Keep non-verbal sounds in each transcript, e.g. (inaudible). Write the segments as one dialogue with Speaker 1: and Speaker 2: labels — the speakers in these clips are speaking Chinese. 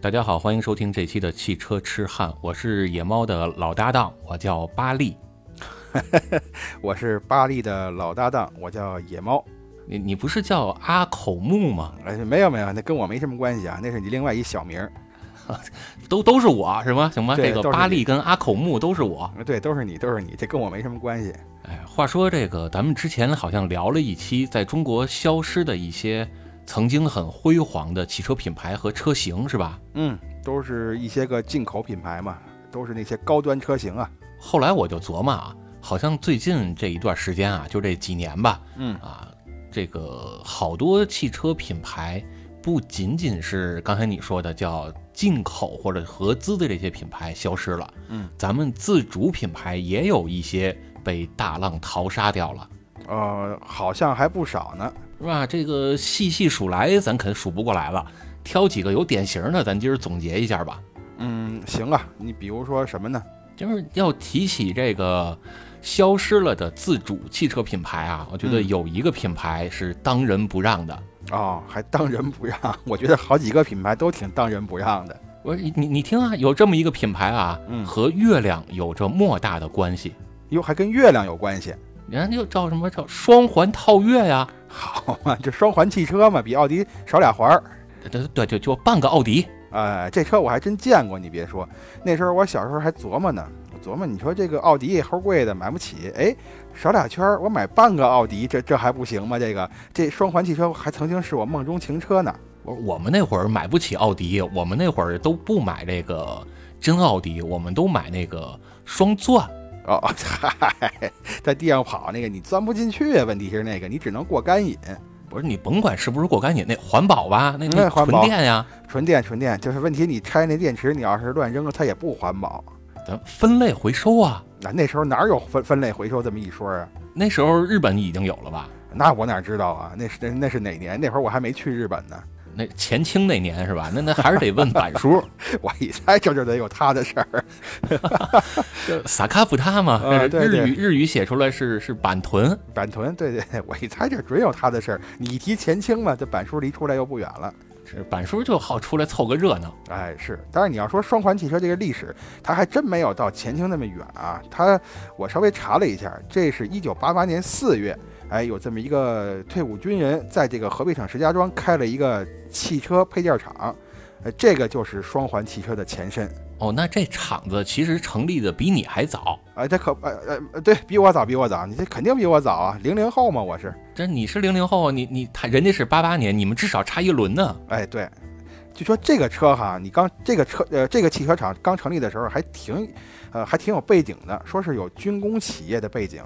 Speaker 1: 大家好，欢迎收听这期的汽车痴汉，我是野猫的老搭档，我叫巴力。
Speaker 2: 我是巴力的老搭档，我叫野猫。
Speaker 1: 你你不是叫阿口木吗？
Speaker 2: 哎，没有没有，那跟我没什么关系啊，那是你另外一小名儿。
Speaker 1: 都都是我是吗？行吗？
Speaker 2: 对
Speaker 1: 这个
Speaker 2: 都是
Speaker 1: 巴
Speaker 2: 你
Speaker 1: 力跟阿口木都是我。
Speaker 2: 哎对，都是你，都是你，这跟我没什么关系。
Speaker 1: 哎，话说这个，咱们之前好像聊了一期在中国消失的一些曾经很辉煌的汽车品牌和车型，是吧？
Speaker 2: 嗯，都是一些个进口品牌嘛，都是那些高端车型啊。
Speaker 1: 后来我就琢磨啊，好像最近这一段时间啊，就这几年吧，
Speaker 2: 嗯
Speaker 1: 啊，这个好多汽车品牌不仅仅是刚才你说的叫进口或者合资的这些品牌消失了，
Speaker 2: 嗯，
Speaker 1: 咱们自主品牌也有一些被大浪淘沙掉了。
Speaker 2: 呃，好像还不少呢。
Speaker 1: 是吧？这个细细数来，咱肯数不过来了。挑几个有典型的，咱今儿总结一下吧。
Speaker 2: 嗯，行啊，你比如说什么呢？
Speaker 1: 就是要提起这个消失了的自主汽车品牌啊，我觉得
Speaker 2: 嗯
Speaker 1: 有一个品牌是当仁不让的。
Speaker 2: 哦，还当仁不让， (laughs) 我觉得好几个品牌都挺当仁不让的。
Speaker 1: 我说你你你听啊，有这么一个品牌啊，
Speaker 2: 嗯
Speaker 1: 和月亮有着莫大的关系。
Speaker 2: 哟，还跟月亮有关系？
Speaker 1: 人家就叫什么叫双环套月呀、
Speaker 2: 好嘛，这双环汽车嘛，比奥迪少俩环儿。
Speaker 1: 对对对，就半个奥迪。
Speaker 2: 哎，这车我还真见过，你别说，那时候我小时候还琢磨呢，我琢磨你说这个奥迪齁贵的，买不起，哎，少俩圈儿，我买半个奥迪，这这还不行吗？这个这双环汽车还曾经是我梦中情车呢。
Speaker 1: 我我们那会儿买不起奥迪，我们那会儿都不买这个真奥迪，我们都买那个双钻。
Speaker 2: 哦，嗨，在地上跑那个你钻不进去，啊问题是那个你只能过干瘾，
Speaker 1: 不是你甭管是不是过干瘾，那环保吧，那
Speaker 2: 嗯环
Speaker 1: 纯
Speaker 2: 保
Speaker 1: 电呀，
Speaker 2: 纯电纯电就是问题，你拆那电池，你要是乱扔了，它也不环保。
Speaker 1: 咱分类回收啊。
Speaker 2: 那那时候哪有分分类回收这么一说啊？
Speaker 1: 那时候日本已经有了吧？
Speaker 2: 那我哪知道啊？那是那那是哪年？那会儿我还没去日本呢。
Speaker 1: 那前清那年是吧？那那还是得问板叔，
Speaker 2: (laughs) 我一猜这就得有他的事儿。
Speaker 1: 萨卡普他嘛，
Speaker 2: 啊
Speaker 1: 这是
Speaker 2: 对
Speaker 1: 日
Speaker 2: 对
Speaker 1: 语日语写出来是是板屯，
Speaker 2: 板屯，对对对，我一猜这准有他的事儿。你一提前清嘛，这板叔离出来又不远了。
Speaker 1: 是板叔就好出来凑个热闹。
Speaker 2: 哎，是，但是你要说双环汽车这个历史，它还真没有到前清那么远啊。它，我稍微查了一下，这是一九八八年四月，哎，有这么一个退伍军人在这个河北省石家庄开了一个汽车配件厂，呃，这个就是双环汽车的前身。
Speaker 1: 哦，那这厂子其实成立的比你还早，
Speaker 2: 哎，这可呃呃呃，对比我早，比我早，你这肯定比我早啊，零零后嘛，我是。
Speaker 1: 这你是零零后，你你他人家是八八年，你们至少差一轮呢。
Speaker 2: 哎，对，就说这个车哈，你刚这个车呃，这个汽车厂刚成立的时候还挺，呃，还挺有背景的，说是有军工企业的背景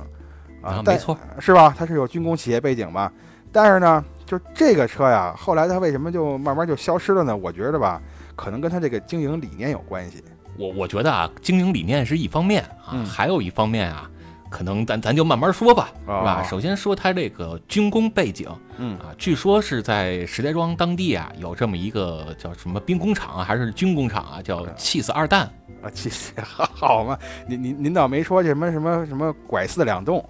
Speaker 1: 啊
Speaker 2: 啊，
Speaker 1: 没错，
Speaker 2: 是吧？它是有军工企业背景吧？但是呢，就这个车呀，后来它为什么就慢慢就消失了呢？我觉得吧，可能跟它这个经营理念有关系。
Speaker 1: 我我觉得啊，经营理念是一方面啊，
Speaker 2: 嗯
Speaker 1: 还有一方面啊，可能咱咱就慢慢说吧，
Speaker 2: 哦
Speaker 1: 是吧？首先说他这个军工背景
Speaker 2: 嗯
Speaker 1: 啊，据说是在石家庄当地啊，有这么一个叫什么兵工厂啊，还是军工厂啊，叫气死二蛋。 (laughs)
Speaker 2: 啊，其实 (laughs) 好嘛，您您您倒没说这什么什么什么拐四两动，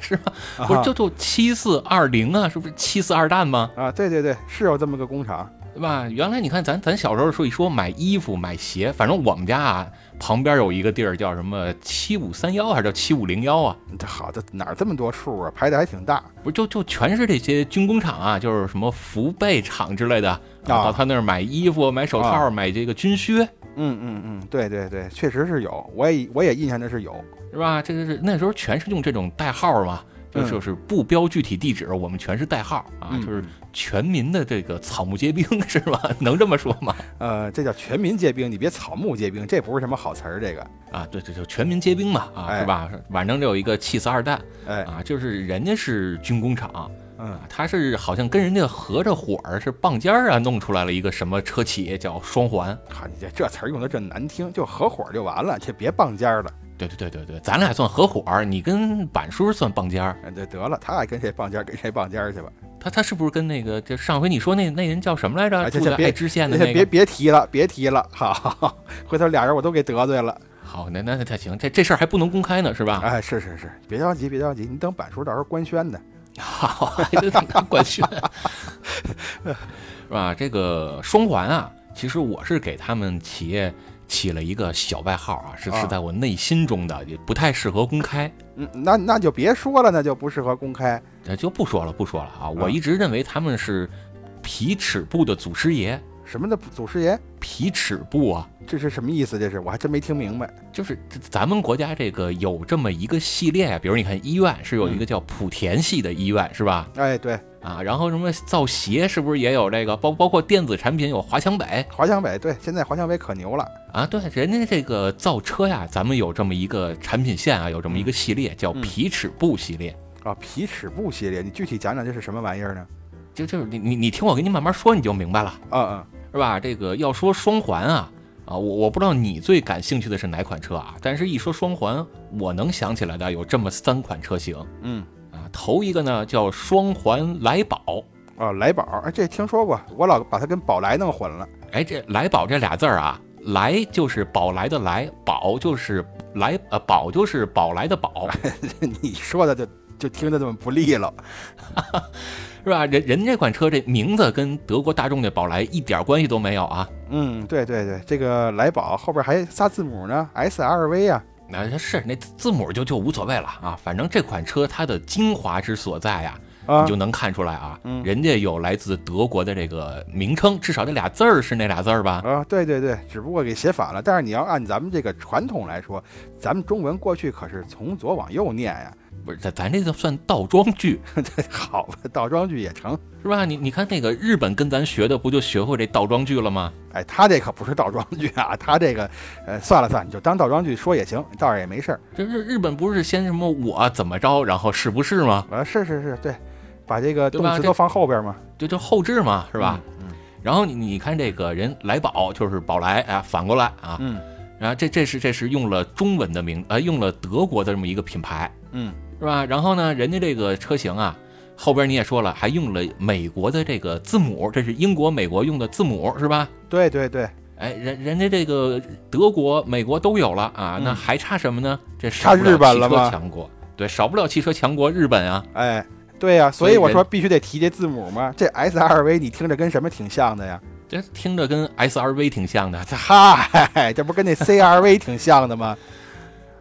Speaker 1: 是吗？
Speaker 2: 啊
Speaker 1: 不是，就就七四二零啊，是不是七四二蛋吗？
Speaker 2: 啊，对对对，是有这么个工厂。
Speaker 1: 对吧？原来你看咱咱小时候说一说买衣服买鞋，反正我们家啊旁边有一个地儿叫什么七五三幺还是叫七五零幺啊，
Speaker 2: 这好，这哪儿这么多数啊？排的还挺大。
Speaker 1: 不是就就全是这些军工厂啊，就是什么福贝厂之类的，啊、到他那儿买衣服、买手套、
Speaker 2: 啊
Speaker 1: 买这个军靴，
Speaker 2: 嗯嗯嗯，对对对，确实是有，我也我也印象的是有。
Speaker 1: 是吧？这个是那时候全是用这种代号嘛，就
Speaker 2: 嗯
Speaker 1: 是就是不标具体地址，我们全是代号啊，
Speaker 2: 嗯
Speaker 1: 就是全民的这个草木皆兵 (laughs) 是吧？能这么说吗？
Speaker 2: 呃，这叫全民皆兵，你别草木皆兵，这不是什么好词儿。这个，
Speaker 1: 啊，对对，就全民皆兵嘛，啊，
Speaker 2: 哎
Speaker 1: 是吧？反正这有一个气死二蛋
Speaker 2: 哎，
Speaker 1: 啊，就是人家是军工厂啊，
Speaker 2: 嗯，
Speaker 1: 他是好像跟人家合着伙儿是棒尖儿啊，弄出来了一个什么车企业叫双环。
Speaker 2: 好，你这这词儿用的这难听，就合伙就完了，这别傍尖儿了。
Speaker 1: 对对对对对，咱俩算合伙儿，你跟板叔算棒尖儿。
Speaker 2: 嗯，这得了，他爱跟谁傍尖儿跟谁傍尖儿去吧。
Speaker 1: 他他是不是跟那个就上回你说那那人叫什么来着？
Speaker 2: 哎这
Speaker 1: 住在
Speaker 2: 这别
Speaker 1: 爱知县的
Speaker 2: 哎
Speaker 1: 那
Speaker 2: 别
Speaker 1: 个。
Speaker 2: 别提了，别提了， (laughs) 好，回头俩人我都给得罪了。
Speaker 1: 好，那那那行，这这事儿还不能公开呢，是 (laughs) 吧？
Speaker 2: 哎，是是是，别着急，别着急，你等板叔到时候官宣呢。
Speaker 1: 好，还得管宣，是吧？这个双环啊，其实我是给他们企业起了一个小外号啊，是
Speaker 2: 啊
Speaker 1: 是在我内心中的，也不太适合公开，
Speaker 2: 嗯，那那就别说了，那就不适合公开。
Speaker 1: 呃就不说了，不说了啊。我一直认为他们是皮尺部的祖师爷，
Speaker 2: 什么的祖师爷，
Speaker 1: 皮尺部啊，
Speaker 2: 这是什么意思？这是我还真没听明白。
Speaker 1: 就是咱们国家这个有这么一个系列，啊比如你看医院是有一个叫莆田系的医院是吧？
Speaker 2: 哎，对，
Speaker 1: 啊，然后什么造鞋是不是也有这个？包包括电子产品有华强北
Speaker 2: 华强北，对，现在华强北可牛了。
Speaker 1: 啊，对，人家这个造车呀，咱们有这么一个产品线啊，有这么一个系列叫
Speaker 2: 嗯
Speaker 1: 皮尺布系列。
Speaker 2: 啊，皮尺布系列，你具体讲讲这是什么玩意儿呢？
Speaker 1: 就就是你你你听我给你慢慢说，你就明白了，
Speaker 2: 嗯
Speaker 1: 是吧？这个要说双环啊啊，我我不知道你最感兴趣的是哪款车啊，但是一说双环，我能想起来的有这么三款车型
Speaker 2: 嗯嗯，
Speaker 1: 啊。头一个呢叫双环来宝，
Speaker 2: 哦，来宝，哎，这听说过，我老把它跟宝来弄混了。 (laughs)
Speaker 1: 哎，这来宝这俩字儿啊，来就是宝来的来，宝就是来呃宝就是宝来的宝，
Speaker 2: (laughs) 你说的就就听着这么不利了。
Speaker 1: 是吧？人人这款车这名字跟德国大众的宝来一点关系都没有啊。
Speaker 2: 嗯，对对对，这个来宝后边还仨字母呢，S R V 啊。
Speaker 1: 那是那字母就就无所谓了啊，反正这款车它的精华之所在呀、
Speaker 2: 啊
Speaker 1: 你就能看出来啊，
Speaker 2: 嗯
Speaker 1: 人家有来自德国的这个名称，至少这俩字儿是那俩字儿吧？
Speaker 2: 啊，对对对，只不过给写反了。但是你要按咱们这个传统来说，咱们中文过去可是从左往右念呀。
Speaker 1: 不是，咱咱这就算倒装句
Speaker 2: 好吧，倒装句也成。
Speaker 1: 是吧？你你看那个日本跟咱学的，不就学会这倒装句了吗？
Speaker 2: 哎，他这可不是倒装句啊，他这个，呃，算了算，你就当倒装句说也行，倒是也没事儿。
Speaker 1: 这日日本不是先什么我怎么着，然后是不是吗？
Speaker 2: 啊，是是是，对，把这个
Speaker 1: 对
Speaker 2: 动
Speaker 1: 吧
Speaker 2: 词
Speaker 1: 这
Speaker 2: 都放后边嘛，
Speaker 1: 就就后置嘛，是吧？
Speaker 2: 嗯？
Speaker 1: 然后你你看这个人来宝就是宝来啊，反过来啊，
Speaker 2: 嗯
Speaker 1: 然后这这是这是用了中文的名，呃，用了德国的这么一个品牌，
Speaker 2: 嗯
Speaker 1: 是吧？然后呢，人家这个车型啊，后边你也说了，还用了美国的这个字母，这是英国、美国用的字母，是吧？
Speaker 2: 嗯，对对对，
Speaker 1: 哎，人人家这个德国、美国都有了啊，
Speaker 2: 嗯
Speaker 1: 那还差什么呢？这
Speaker 2: 差
Speaker 1: 少不了
Speaker 2: 日本了
Speaker 1: 汽车
Speaker 2: 吗
Speaker 1: 强国，对，少不了汽车强国日本啊。
Speaker 2: 哎，对呀、所
Speaker 1: 所
Speaker 2: 以
Speaker 1: 以
Speaker 2: 我
Speaker 1: 人
Speaker 2: 说必须得提这字母嘛。这 S R V 你听着跟什么挺像的呀？ (laughs)
Speaker 1: 这听着跟 SRV 挺像
Speaker 2: 啊
Speaker 1: 的，
Speaker 2: 嗨，这不跟那 C R V 挺像的吗？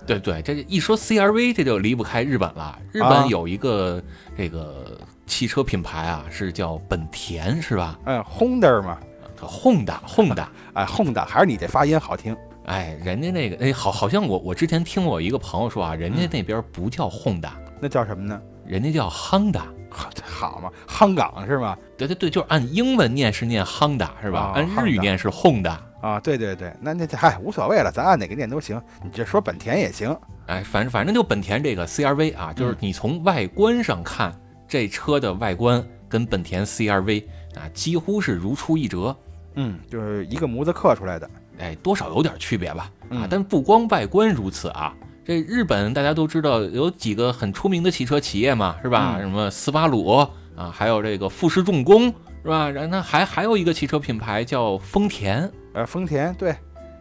Speaker 1: 对对，这一说 CRV，这就离不开日本了。日
Speaker 2: 啊
Speaker 1: 本有一个这个汽车品牌啊，是叫本田，是吧
Speaker 2: 嗯，Honda 嘛， (laughs)
Speaker 1: ？Honda Honda，
Speaker 2: 哎，Honda 还是你这发音好听。
Speaker 1: 哎，人家那个哎，好，好像我我之前听我一个朋友说啊，人家那边不
Speaker 2: 嗯
Speaker 1: 叫 Honda，、
Speaker 2: 那叫什么呢？
Speaker 1: 人家叫 Honda。
Speaker 2: 好好嘛，香港是吗？
Speaker 1: 对对对，就是按英文念是念 Honda 是吧？
Speaker 2: 哦
Speaker 1: 按日语
Speaker 2: Honda
Speaker 1: 念是 Honda。
Speaker 2: 啊，对对对，那那这嗨无所谓了，咱按哪个念都行，你这说本田也行。
Speaker 1: 哎，反正反正就本田这个 CRV 啊，
Speaker 2: 嗯
Speaker 1: 就是你从外观上看，这车的外观跟本田 CRV 啊几乎是如出一辙。
Speaker 2: 嗯，就是一个模子刻出来的。
Speaker 1: 哎，多少有点区别吧？啊
Speaker 2: 嗯，
Speaker 1: 但不光外观如此啊，这日本大家都知道有几个很出名的汽车企业嘛，是吧？
Speaker 2: 嗯
Speaker 1: 什么斯巴鲁啊，还有这个富士重工，是吧？然后那还还有一个汽车品牌叫丰田，
Speaker 2: 呃，丰田对，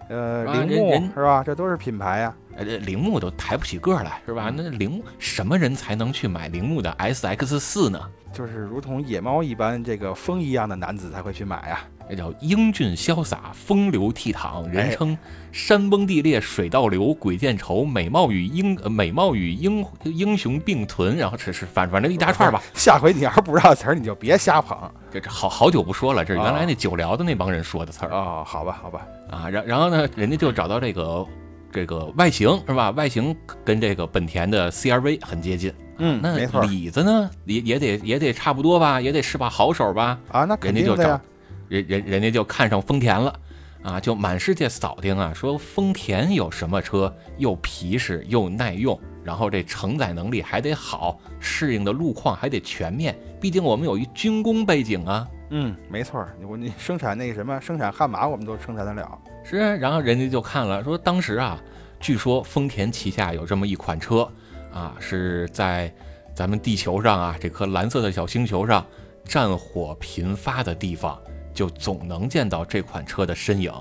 Speaker 2: 呃，
Speaker 1: 啊
Speaker 2: 铃
Speaker 1: 人
Speaker 2: 木
Speaker 1: 人
Speaker 2: 是吧？这都是品牌啊呀、
Speaker 1: 呃，这铃木都抬不起个儿来，是
Speaker 2: 嗯
Speaker 1: 吧？那铃木什么人才能去买铃木的 SX 四呢？
Speaker 2: 就是如同野猫一般，这个风一样的男子才会去买啊呀、
Speaker 1: 那叫英俊潇洒，风流倜傥，
Speaker 2: 哎
Speaker 1: 人称“山崩地裂，水倒流，鬼见愁”，美貌与英呃美貌与英英雄并存，然后这是反反正一大串吧。
Speaker 2: (laughs) 下回你要是不知道词儿，你就别瞎捧
Speaker 1: 这这好好久不说了，这是原来那酒聊的那帮人说的词儿
Speaker 2: 哦。好吧，好吧，
Speaker 1: 啊。然然后呢，人家就找到这个这个外形是吧？外形跟这个本田的 CRV 很接近。
Speaker 2: 嗯
Speaker 1: 那
Speaker 2: 没错儿
Speaker 1: 里子呢，也也得也得差不多吧，也得是把好手吧。
Speaker 2: 啊，那肯
Speaker 1: 人家
Speaker 2: 定
Speaker 1: 就
Speaker 2: 的呀
Speaker 1: 找。人人人家就看上丰田了。啊，就满世界扫听啊，说丰田有什么车又皮实又耐用，然后这承载能力还得好，适应的路况还得全面。毕竟我们有一军工背景啊，
Speaker 2: 嗯，没错儿，我你生产那个什么，生产悍马我们都生产得了。
Speaker 1: 是啊，然后人家就看了，说当时啊，据说丰田旗下有这么一款车啊，是在咱们地球上啊这颗蓝色的小星球上，战火频发的地方，就总能见到这款车的身影。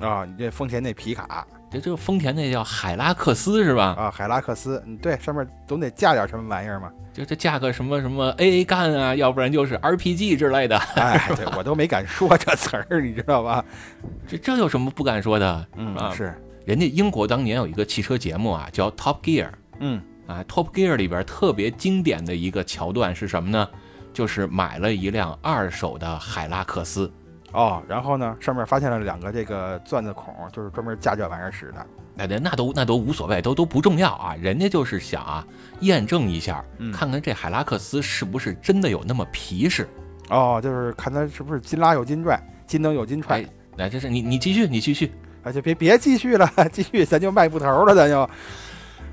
Speaker 2: 啊、你这丰田那皮卡，
Speaker 1: 这这丰田那叫海拉克斯是吧？
Speaker 2: 啊，海拉克斯，嗯，对，上面总得架点什么玩意儿嘛。
Speaker 1: 就这价格什么什么 AA 干啊，要不然就是 RPG 之类的，
Speaker 2: 哎，对我都没敢说这词儿，你知道吧？
Speaker 1: 这这有什么不敢说的？啊
Speaker 2: 嗯，是，
Speaker 1: 人家英国当年有一个汽车节目啊，叫 Top Gear
Speaker 2: 嗯
Speaker 1: 啊，Top Gear 里边特别经典的一个桥段是什么呢？就是买了一辆二手的海拉克斯，
Speaker 2: 哦，然后呢，上面发现了两个这个钻子孔，就是专门架这玩意儿使的。
Speaker 1: 那那那都那都无所谓，都都不重要啊。人家就是想啊，验证一下，
Speaker 2: 嗯
Speaker 1: 看看这海拉克斯是不是真的有那么皮实。
Speaker 2: 哦，就是看它是不是金拉有金拽，金蹬有金踹
Speaker 1: 哎。来，这是你你继续你继续
Speaker 2: 啊，就别别继续了， (laughs) 继续咱就迈步头了，咱就是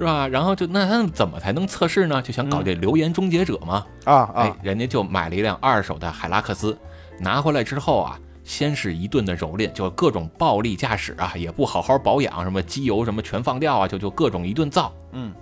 Speaker 1: 吧？然后就那他们怎么才能测试呢？就想搞这流言终结者嘛。
Speaker 2: 啊
Speaker 1: 哎
Speaker 2: 啊，，
Speaker 1: 人家就买了一辆二手的海拉克斯，拿回来之后啊，先是一顿的蹂躏，就各种暴力驾驶啊，也不好好保养，什么机油什么全放掉啊，就就各种一顿造。
Speaker 2: 嗯，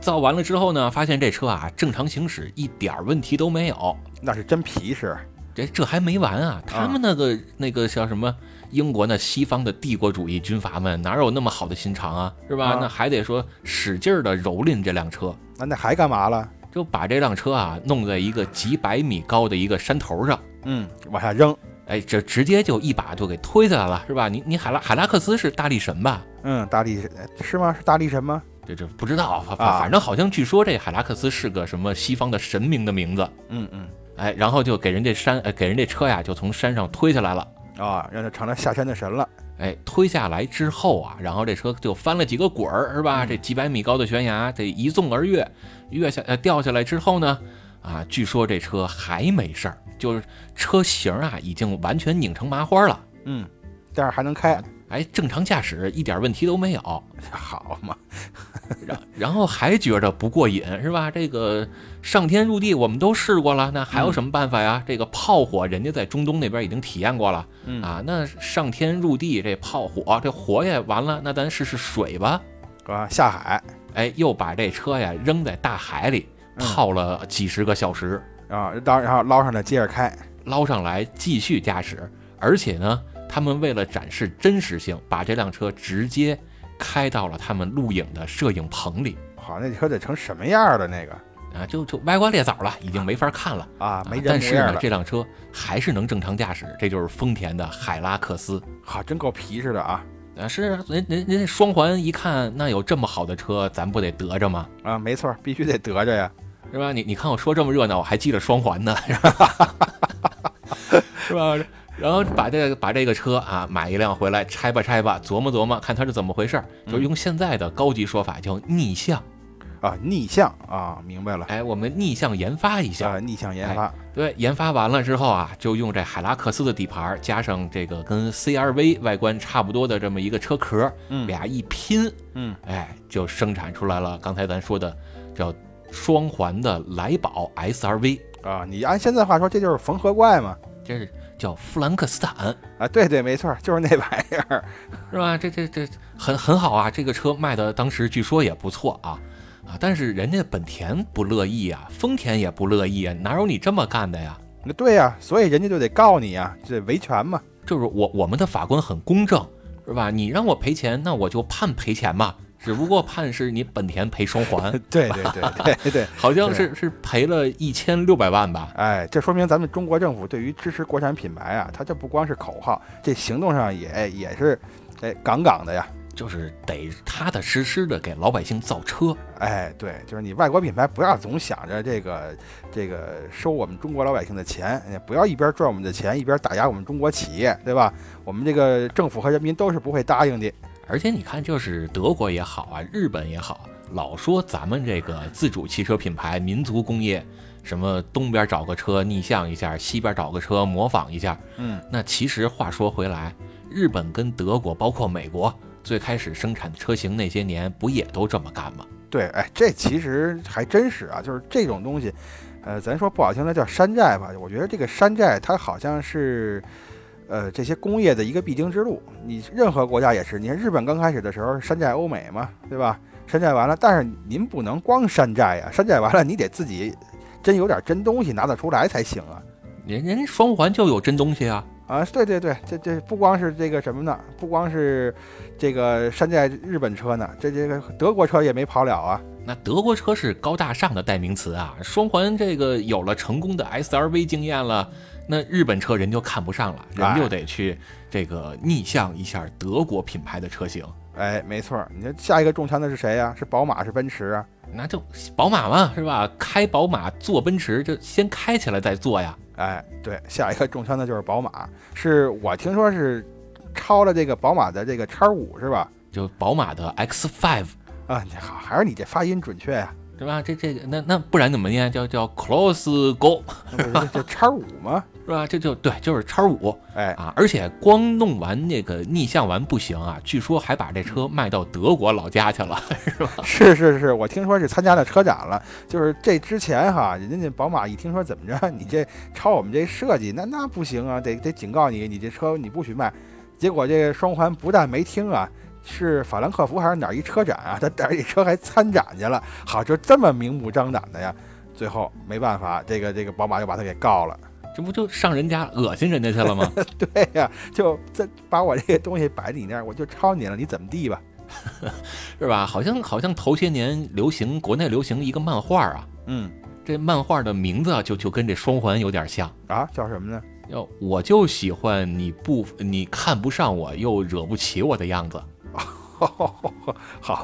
Speaker 1: 造完了之后呢，发现这车啊正常行驶一点儿问题都没有。
Speaker 2: 那是真皮实。
Speaker 1: 这这还没完啊！他们那个、那个叫什么英国那西方的帝国主义军阀们哪有那么好的心肠啊，是吧？
Speaker 2: 啊
Speaker 1: 那还得说使劲儿的蹂躏这辆车，
Speaker 2: 那那还干嘛了？
Speaker 1: 就把这辆车啊弄在一个几百米高的一个山头上，
Speaker 2: 嗯，往下扔。
Speaker 1: 哎，这直接就一把就给推下来了，是吧？你你海拉海拉克斯是大力神吧？
Speaker 2: 嗯，大力神是吗？是大力神吗？
Speaker 1: 这这不知道，反
Speaker 2: 啊
Speaker 1: 反反正好像据说这海拉克斯是个什么西方的神明的名字，
Speaker 2: 嗯嗯。
Speaker 1: 哎，然后就给人这山，哎，给人这车呀就从山上推下来了。
Speaker 2: 啊、让他成了下山的神了。
Speaker 1: 哎，推下来之后啊，然后这车就翻了几个滚儿，是吧？这几百米高的悬崖得一纵而跃，跃下呃掉下来之后呢，啊，据说这车还没事儿，就是车型啊已经完全拧成麻花了，
Speaker 2: 嗯，但是还能开，
Speaker 1: 哎，正常驾驶一点问题都没有，
Speaker 2: (laughs) 好嘛？
Speaker 1: 然然后还觉着不过瘾，是吧？这个上天入地我们都试过了，那还有什么办法呀？这个炮火人家在中东那边已经体验过了，
Speaker 2: 嗯
Speaker 1: 啊，那上天入地这炮火，这火也完了，那咱试试水吧。
Speaker 2: 啊，下海
Speaker 1: 哎，又把这车呀扔在大海里
Speaker 2: 嗯
Speaker 1: 泡了几十个小时，
Speaker 2: 啊，当然后捞上来接着开。
Speaker 1: 捞上来继续驾驶。而且呢，他们为了展示真实性，把这辆车直接开到了他们录影的摄影棚里
Speaker 2: 好，那车得成什么样了？那个
Speaker 1: 啊，就就歪瓜裂枣了，已经没法看了。
Speaker 2: 啊，
Speaker 1: 啊
Speaker 2: 没人
Speaker 1: 但
Speaker 2: 模
Speaker 1: 是
Speaker 2: 样
Speaker 1: 呢，
Speaker 2: 了。
Speaker 1: 这辆车还是能正常驾驶，这就是丰田的海拉克斯
Speaker 2: 好，真够皮实的啊！
Speaker 1: 啊。是啊人人人家双环一看，那有这么好的车，咱不得得着吗？
Speaker 2: 啊，没错，必须得得着呀。
Speaker 1: 是吧？你你看我说这么热闹，我还记着双环呢，是吧？是吧？然后把这个把这个车啊买一辆回来拆吧拆吧，琢磨琢磨看它是怎么回事儿，
Speaker 2: 嗯
Speaker 1: 就是用现在的高级说法叫逆向。
Speaker 2: 啊，逆向啊，明白了。
Speaker 1: 哎，我们逆向研发一下，
Speaker 2: 啊，逆向研发，
Speaker 1: 对，研发完了之后啊，就用这海拉克斯的底盘加上这个跟 CRV 外观差不多的这么一个车壳，
Speaker 2: 嗯
Speaker 1: 俩一拼，
Speaker 2: 嗯，
Speaker 1: 哎，就生产出来了刚才咱说的叫双环的来宝 SRV。
Speaker 2: 啊，你按现在话说，这就是缝合怪嘛。
Speaker 1: 这是叫弗兰克斯坦，
Speaker 2: 啊，对对，没错，就是那玩意儿。
Speaker 1: 是吧？这这这很很好啊，这个车卖的当时据说也不错啊。啊！但是人家本田不乐意啊，丰田也不乐意啊，哪有你这么干的呀？
Speaker 2: (laughs) 那对呀、所以人家就得告你呀、这维权嘛。，
Speaker 1: 就是我我们的法官很公正，是吧？你让我赔钱，那我就判赔钱嘛，只不过判是你本田赔双环
Speaker 2: 呃
Speaker 1: (laughs)
Speaker 2: 对对对 (laughs) 对对，
Speaker 1: 好像是是赔了一千六百万吧？
Speaker 2: 哎，这说明咱们中国政府对于支持国产品牌啊，它这不光是口号，这行动上也也是，哎，杠杠的呀。
Speaker 1: 就是得踏踏实实的给老百姓造车，
Speaker 2: 哎，对，就是你外国品牌不要总想着这个这个收我们中国老百姓的钱，哎不要一边赚我们的钱一边打压我们中国企业，对吧？我们这个政府和人民都是不会答应的。
Speaker 1: 而且你看，就是德国也好啊，日本也好，老说咱们这个自主汽车品牌、民族工业，什么东边找个车逆向一下，西边找个车模仿一下。
Speaker 2: 嗯，
Speaker 1: 那其实话说回来，日本跟德国，包括美国，最开始生产车型那些年，不也都这么干吗？
Speaker 2: 对，哎，这其实还真是啊，就是这种东西，呃，咱说不好听的叫山寨吧，我觉得这个山寨它好像是。呃，这些工业的一个必经之路，你任何国家也是。你看日本刚开始的时候山寨欧美嘛，对吧？山寨完了，但是您不能光山寨呀，山寨完了你得自己真有点真东西拿得出来才行啊。
Speaker 1: 人人家双环就有真东西啊，
Speaker 2: 啊，对对对，这这不光是这个什么呢？不光是这个山寨日本车呢，这这个德国车也没跑了啊。
Speaker 1: 那德国车是高大上的代名词啊，双环这个有了成功的 SRV 经验了，那日本车人就看不上了，人
Speaker 2: 哎
Speaker 1: 就得去这个逆向一下德国品牌的车型。
Speaker 2: 哎，没错儿，你看下一个中枪的是谁呀、是宝马，是奔驰啊？
Speaker 1: 那就宝马嘛，是吧？开宝马，坐奔驰，就先开起来再坐呀。
Speaker 2: 哎，对，下一个中枪的就是宝马，是我听说是超了这个宝马的这个叉五是吧？
Speaker 1: 就宝马的 X5，
Speaker 2: 啊，你好，还是你这发音准确呀、
Speaker 1: 对吧？这这个那那不然怎么念？叫叫 Close Go
Speaker 2: 那不是这叉五吗？
Speaker 1: 是吧？这就对，就是叉五
Speaker 2: 哎，
Speaker 1: 啊！而且光弄完那个逆向完不行啊，据说还把这车卖到德国老家去了。
Speaker 2: 是是是，我听说是参加了车展了，就是这之前哈，人家那宝马一听说怎么着， (laughs) 你这抄我们这设计，那那不行啊，得得警告你，你这车你不许卖。结果这个双环不但没听啊，是法兰克福还是哪儿一车展啊，他 (laughs) 带着这车还参展去了，好，就这么明目张胆的呀。最后没办法，这个这个宝马就把他给告了。 (laughs)
Speaker 1: 这不就上人家恶心人家去了吗？
Speaker 2: 对呀、就这把我这个东西摆你那儿，我就抄你了，你怎么地吧？
Speaker 1: 是吧？好像好像头些年流行国内流行一个漫画啊，
Speaker 2: 嗯，
Speaker 1: 这漫画的名字啊就就跟这双环有点像。
Speaker 2: 啊，叫什么呢？
Speaker 1: 要我就喜欢你不你看不上我又惹不起我的样子。
Speaker 2: (laughs) 好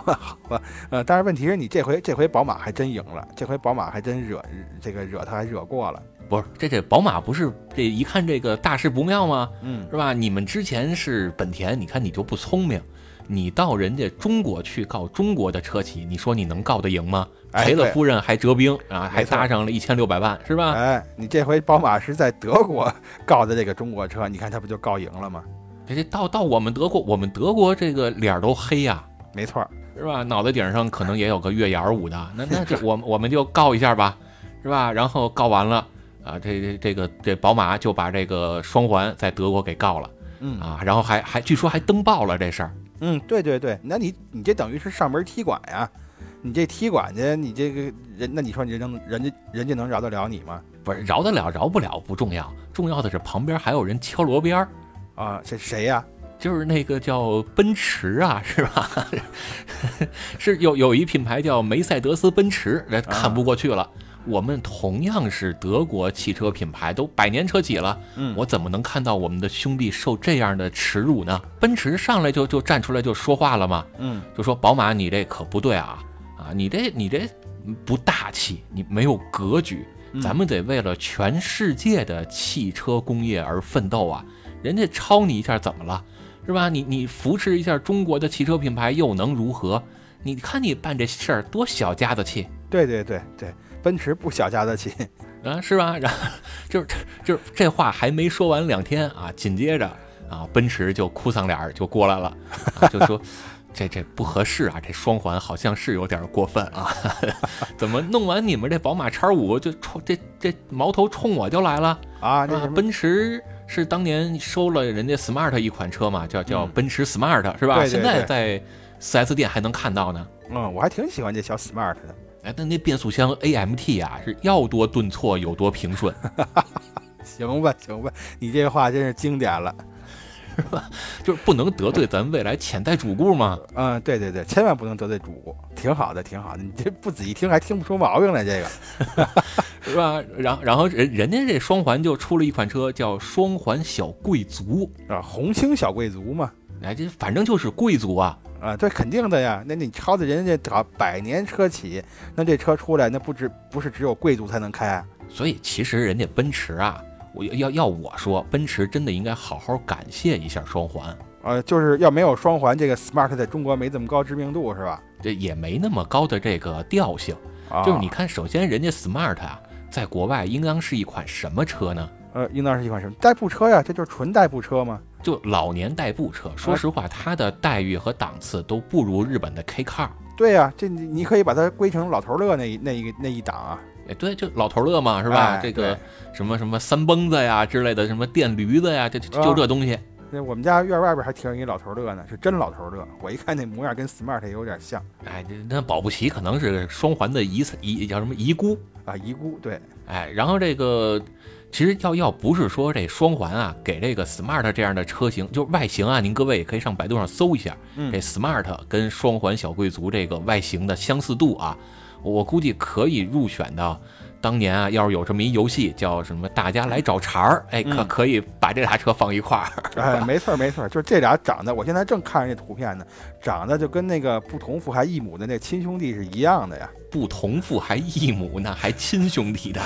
Speaker 2: 吧，好吧，呃，但是问题是你这回这回宝马还真赢了，这回宝马还真惹这个惹他还惹过了，
Speaker 1: 不是这这宝马不是这一看这个大事不妙吗？
Speaker 2: 嗯，
Speaker 1: 是吧？你们之前是本田，你看你就不聪明，你到人家中国去告中国的车企，你说你能告得赢吗？
Speaker 2: 哎
Speaker 1: 赔了
Speaker 2: 对
Speaker 1: 夫人还折兵啊，还
Speaker 2: 没错
Speaker 1: 搭上了一千六百万，是吧？
Speaker 2: 哎，你这回宝马是在德国告的这个中国车，你看他不就告赢了吗？
Speaker 1: 这这到到我们德国，我们德国这个脸儿都黑呀、
Speaker 2: 没错儿，
Speaker 1: 是吧？脑袋顶上可能也有个月牙儿舞的，那那这我们我们就告一下吧，是吧？然后告完了啊，这这这个这宝马就把这个双环在德国给告了
Speaker 2: 嗯
Speaker 1: 啊，然后还还据说还登报了这事儿。
Speaker 2: 嗯，对对对，那你你这等于是上门踢馆呀，你这踢馆去，你这个人，那你说你这能人家人家能饶得了你吗？
Speaker 1: 不是饶得了饶不了不重要，重要的是旁边还有人敲锣边儿，
Speaker 2: 啊，这谁呀、
Speaker 1: 就是那个叫奔驰啊，是吧？ (laughs) 是有有一品牌叫梅赛德斯奔驰，那看不过去了。我们同样是德国汽车品牌，都百年车企了，
Speaker 2: 嗯
Speaker 1: 我怎么能看到我们的兄弟受这样的耻辱呢？奔驰上来就就站出来就说话了嘛，
Speaker 2: 嗯，
Speaker 1: 就说宝马你这可不对啊啊，你这你这不大气，你没有格局，
Speaker 2: 嗯
Speaker 1: 咱们得为了全世界的汽车工业而奋斗啊！人家超你一下怎么了，是吧？你你扶持一下中国的汽车品牌又能如何？你看你办这事儿多小家子气
Speaker 2: 对对对对，奔驰不小家子气，
Speaker 1: 啊，是吧？然后就是就是这话还没说完两天啊，紧接着啊，奔驰就哭丧脸儿就过来了，啊、就说这这不合适啊，这双环好像是有点过分啊， (laughs) 怎么弄完你们这宝马叉五就冲这这矛头冲我就来了？
Speaker 2: 啊，那
Speaker 1: 啊
Speaker 2: 什，么，
Speaker 1: 奔驰是当年收了人家 Smart 一款车嘛，叫叫
Speaker 2: 嗯
Speaker 1: 奔驰 Smart 是吧？
Speaker 2: 对对
Speaker 1: 现在在 4S 店还能看到呢。
Speaker 2: 嗯，我还挺喜欢这小 smart 的。
Speaker 1: 哎，但那变速箱 AMT 啊，是要多顿挫有多平顺，
Speaker 2: (laughs) 行吧，行吧，你这话真是经典了。
Speaker 1: 就是不能得罪咱未来潜在主顾嘛。
Speaker 2: 嗯，对对对，千万不能得罪主顾，挺好的，挺好的。你这不仔细听还听不出毛病来，这个。
Speaker 1: 是吧？然然后人人家这双环就出了一款车叫双环小贵族，
Speaker 2: 啊，红星小贵族嘛，
Speaker 1: 哎，这反正就是贵族啊。
Speaker 2: 啊，这肯定的呀。那你抄的人家这百年车企，那这车出来，那不只不是只有贵族才能开啊。
Speaker 1: 所以其实人家奔驰啊，我要要要我说，奔驰真的应该好好感谢一下双环。
Speaker 2: 呃，就是要没有双环，这个 smart 在中国没这么高知名度，是吧？
Speaker 1: 这也没那么高的这个调性。
Speaker 2: 啊，
Speaker 1: 就是你看，首先人家 Smart 啊，在国外应当是一款什么车呢？
Speaker 2: 呃，应当是一款什么代步车呀？这就是纯代步车嘛。
Speaker 1: 就老年代步车。说实话，它的待遇和档次都不如日本的 K Car。
Speaker 2: 对呀、这你你可以把它归成老头乐那一那一那一档啊。
Speaker 1: 哎，对，就老头乐嘛，是吧？
Speaker 2: 哎
Speaker 1: 这个什么什么三蹦子呀之类的，什么电驴子呀，这这
Speaker 2: 啊
Speaker 1: 就这东西。
Speaker 2: 那我们家院外边还停着一老头乐呢，是真老头乐。我一看那模样跟 Smart 也有点像
Speaker 1: 哎，这那保不齐可能是双环的遗遗叫什么遗孤。
Speaker 2: 啊，遗孤对，
Speaker 1: 哎，然后这个其实要要不是说这双环啊，给这个 Smart 这样的车型，就是外形啊，您各位也可以上百度上搜一下，
Speaker 2: 嗯
Speaker 1: 这 Smart 跟双环小贵族这个外形的相似度啊，我估计可以入选到当年啊，要是有这么一游戏叫什么“大家来找茬儿”，哎，可
Speaker 2: 嗯
Speaker 1: 可以把这俩车放一块儿。
Speaker 2: 哎，没错儿没错儿，就是这俩长得，我现在正看着这图片呢，长得就跟那个不同父还异母的那亲兄弟是一样的呀。 (laughs)
Speaker 1: 不同父还异母呢，还亲兄弟的。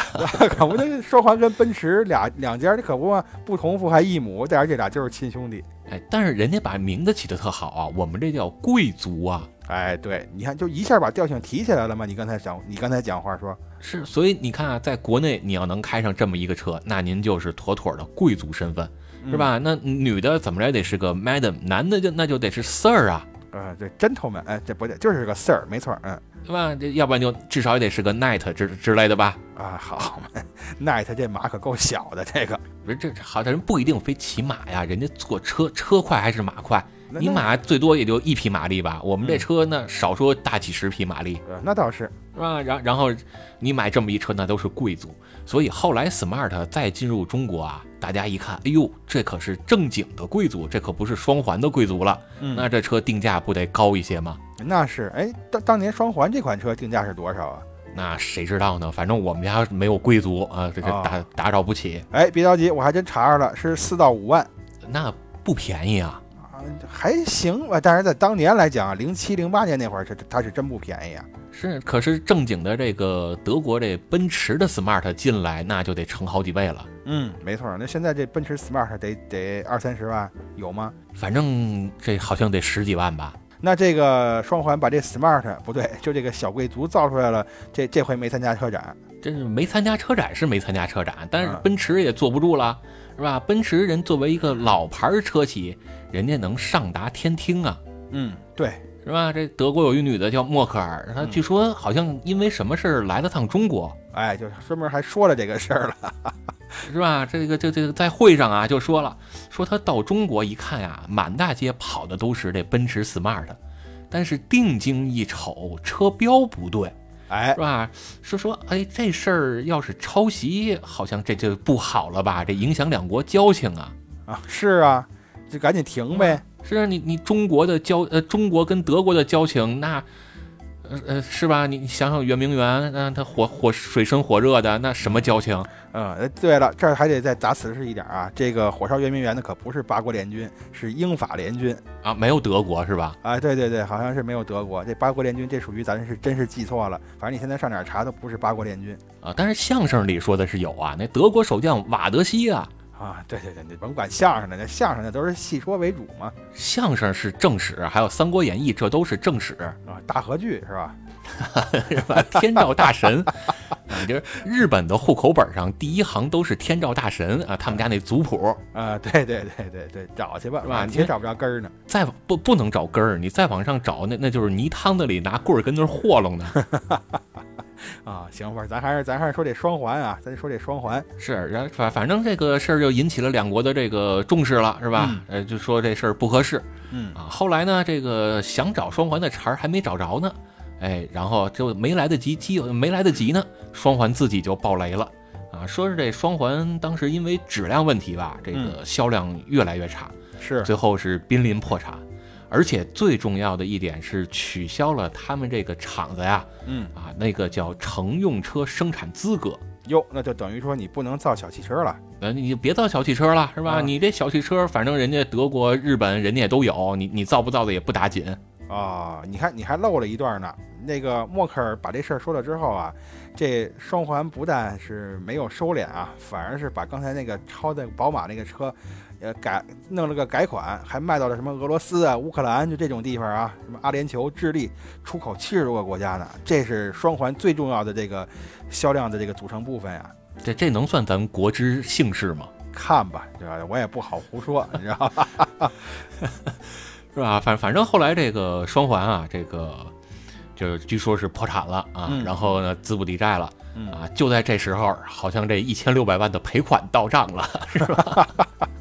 Speaker 2: 可不，那双环跟奔驰俩两家，这可不嘛，不同父还异母，但是这俩就是亲兄弟。
Speaker 1: 哎，但是人家把名字起得特好啊，我们这叫贵族啊。
Speaker 2: 哎，对，你看，就一下把调性提起来了嘛。你刚才讲，你刚才讲话说，
Speaker 1: 是，所以你看啊，在国内你要能开上这么一个车，那您就是妥妥的贵族身份，嗯是吧？
Speaker 2: 嗯
Speaker 1: 那女的怎么着也得是个 madam，男的就那就得是 sir 啊，
Speaker 2: 呃，这 gentleman，哎，这不对，就是个 sir，没错儿，嗯，
Speaker 1: 对吧？这要不然就至少也得是个 knight 之之类的吧。
Speaker 2: 啊，好嘛 (laughs) ，night 这马可够小的，这个，
Speaker 1: 不是这这好，像人不一定非骑马呀，人家坐车车快还是马快？
Speaker 2: 那
Speaker 1: 你，马最多也就一匹马力吧，我们这
Speaker 2: 嗯
Speaker 1: 车呢少说大几十匹马力，
Speaker 2: 那呃那倒是，
Speaker 1: 是吧？然然后你买这么一车，那都是贵族。所以后来 Smart 再进入中国啊，大家一看，哎呦，这可是正经的贵族，这可不是双环的贵族了。
Speaker 2: 嗯
Speaker 1: 那这车定价不得高一些吗？
Speaker 2: 那是，哎，当当年双环这款车定价是多少啊？
Speaker 1: 那谁知道呢？反正我们家没有贵族啊，这这
Speaker 2: 哦
Speaker 1: 打打扰不起，
Speaker 2: 哎，别着急，我还真查着了，是四到五万
Speaker 1: 那不便宜啊。
Speaker 2: 啊，还行吧。但是在当年来讲，啊零七零八年那会儿是它是真不便宜啊。
Speaker 1: 是，可是正经的这个德国这奔驰的 Smart 进来，那就得乘好几倍了。
Speaker 2: 嗯，没错儿。那现在这奔驰 Smart 得得二三十万有吗？
Speaker 1: 反正这好像得十几万吧。
Speaker 2: 那这个双环把这 Smart 不对，就这个小贵族造出来了，这这回没参加车展，
Speaker 1: 真是没参加车展是没参加车展，但是
Speaker 2: 嗯
Speaker 1: 奔驰也坐不住了，是吧？奔驰人作为一个老牌儿车企，人家能上达天听啊，
Speaker 2: 嗯，对，
Speaker 1: 是吧？这德国有一女的叫默克尔，她
Speaker 2: 嗯
Speaker 1: 据说好像因为什么事儿来了趟中国，
Speaker 2: 哎，就专门还说了这个事儿了，
Speaker 1: 是吧？这个这这个在会上啊就说了，说她到中国一看呀、满大街跑的都是这奔驰 Smart，但是定睛一瞅，车标不对，
Speaker 2: 哎
Speaker 1: 是，吧？是说，哎，这事儿要是抄袭，好像这就不好了吧？这影响两国交情啊。
Speaker 2: 啊，是啊，就赶紧停呗，
Speaker 1: 是啊，你你中国的交呃，中国跟德国的交情，那呃呃是吧？你你想想圆明园，那、它火火水深火热的，那什么交情？
Speaker 2: 嗯，哎对了，这儿还得再打此事一点啊，这个火烧圆明园的可不是八国联军，是英法联军，
Speaker 1: 啊，没有德国是吧？
Speaker 2: 啊，对对对，好像是没有德国，这八国联军这属于咱是真是记错了，反正你现在上哪儿查都不是八国联军。
Speaker 1: 啊，但是相声里说的是有啊，那德国守将瓦德西啊，
Speaker 2: 啊，对对对，你甭管相声的，那相声的都是戏说为主嘛，
Speaker 1: 相声是正史，还有《三国演义》，这都是正史。
Speaker 2: 啊，大合剧是吧？
Speaker 1: 是吧？天照大神， (laughs) 啊你这日本的户口本上第一行都是天照大神啊，他们家那族谱，
Speaker 2: 啊，对对对对对，找去吧，
Speaker 1: 是吧
Speaker 2: 啊你也找不着根儿呢。
Speaker 1: 再不不能找根儿，你再往上找，那那就是泥汤子里拿棍儿跟那儿和弄的。
Speaker 2: 啊，行吧，咱还是咱还是说这双环啊，咱说这双环，
Speaker 1: 是，然后反反正这个事儿就引起了两国的这个重视了，是吧？
Speaker 2: 嗯
Speaker 1: 呃，就说这事儿不合适
Speaker 2: 嗯
Speaker 1: 啊。后来呢，这个想找双环的茬儿还没找着呢，哎，然后就没来得及机没来得及呢，双环自己就爆雷了。啊，说是这双环当时因为质量问题吧，这个销量越来越差，
Speaker 2: 嗯是
Speaker 1: 最后是濒临破产。而且最重要的一点是取消了他们这个厂子呀
Speaker 2: 嗯
Speaker 1: 啊那个叫乘用车生产资格。
Speaker 2: 哟，那就等于说你不能造小汽车了。
Speaker 1: 呃，你别造小汽车了，是吧？
Speaker 2: 啊
Speaker 1: 你这小汽车，反正人家德国、日本人家也都有，你你造不造的也不打紧。
Speaker 2: 啊、你看你还漏了一段呢。那个默克尔把这事儿说了之后啊，这双环不但是没有收敛啊，反而是把刚才那个超的宝马那个车，呃改弄了个改款，还卖到了什么俄罗斯啊、乌克兰就这种地方啊，什么阿联酋、智利，出口七十多个国家呢。这是双环最重要的这个销量的这个组成部分呀、
Speaker 1: 这这能算咱们国之幸事吗？
Speaker 2: 看吧，对吧？我也不好胡说，你知道吧？
Speaker 1: 是吧？反反正后来这个双环啊，这个就是据说是破产了啊，
Speaker 2: 嗯
Speaker 1: 然后呢资不抵债了
Speaker 2: 嗯
Speaker 1: 啊。就在这时候，好像这一千六百万的赔款到账了，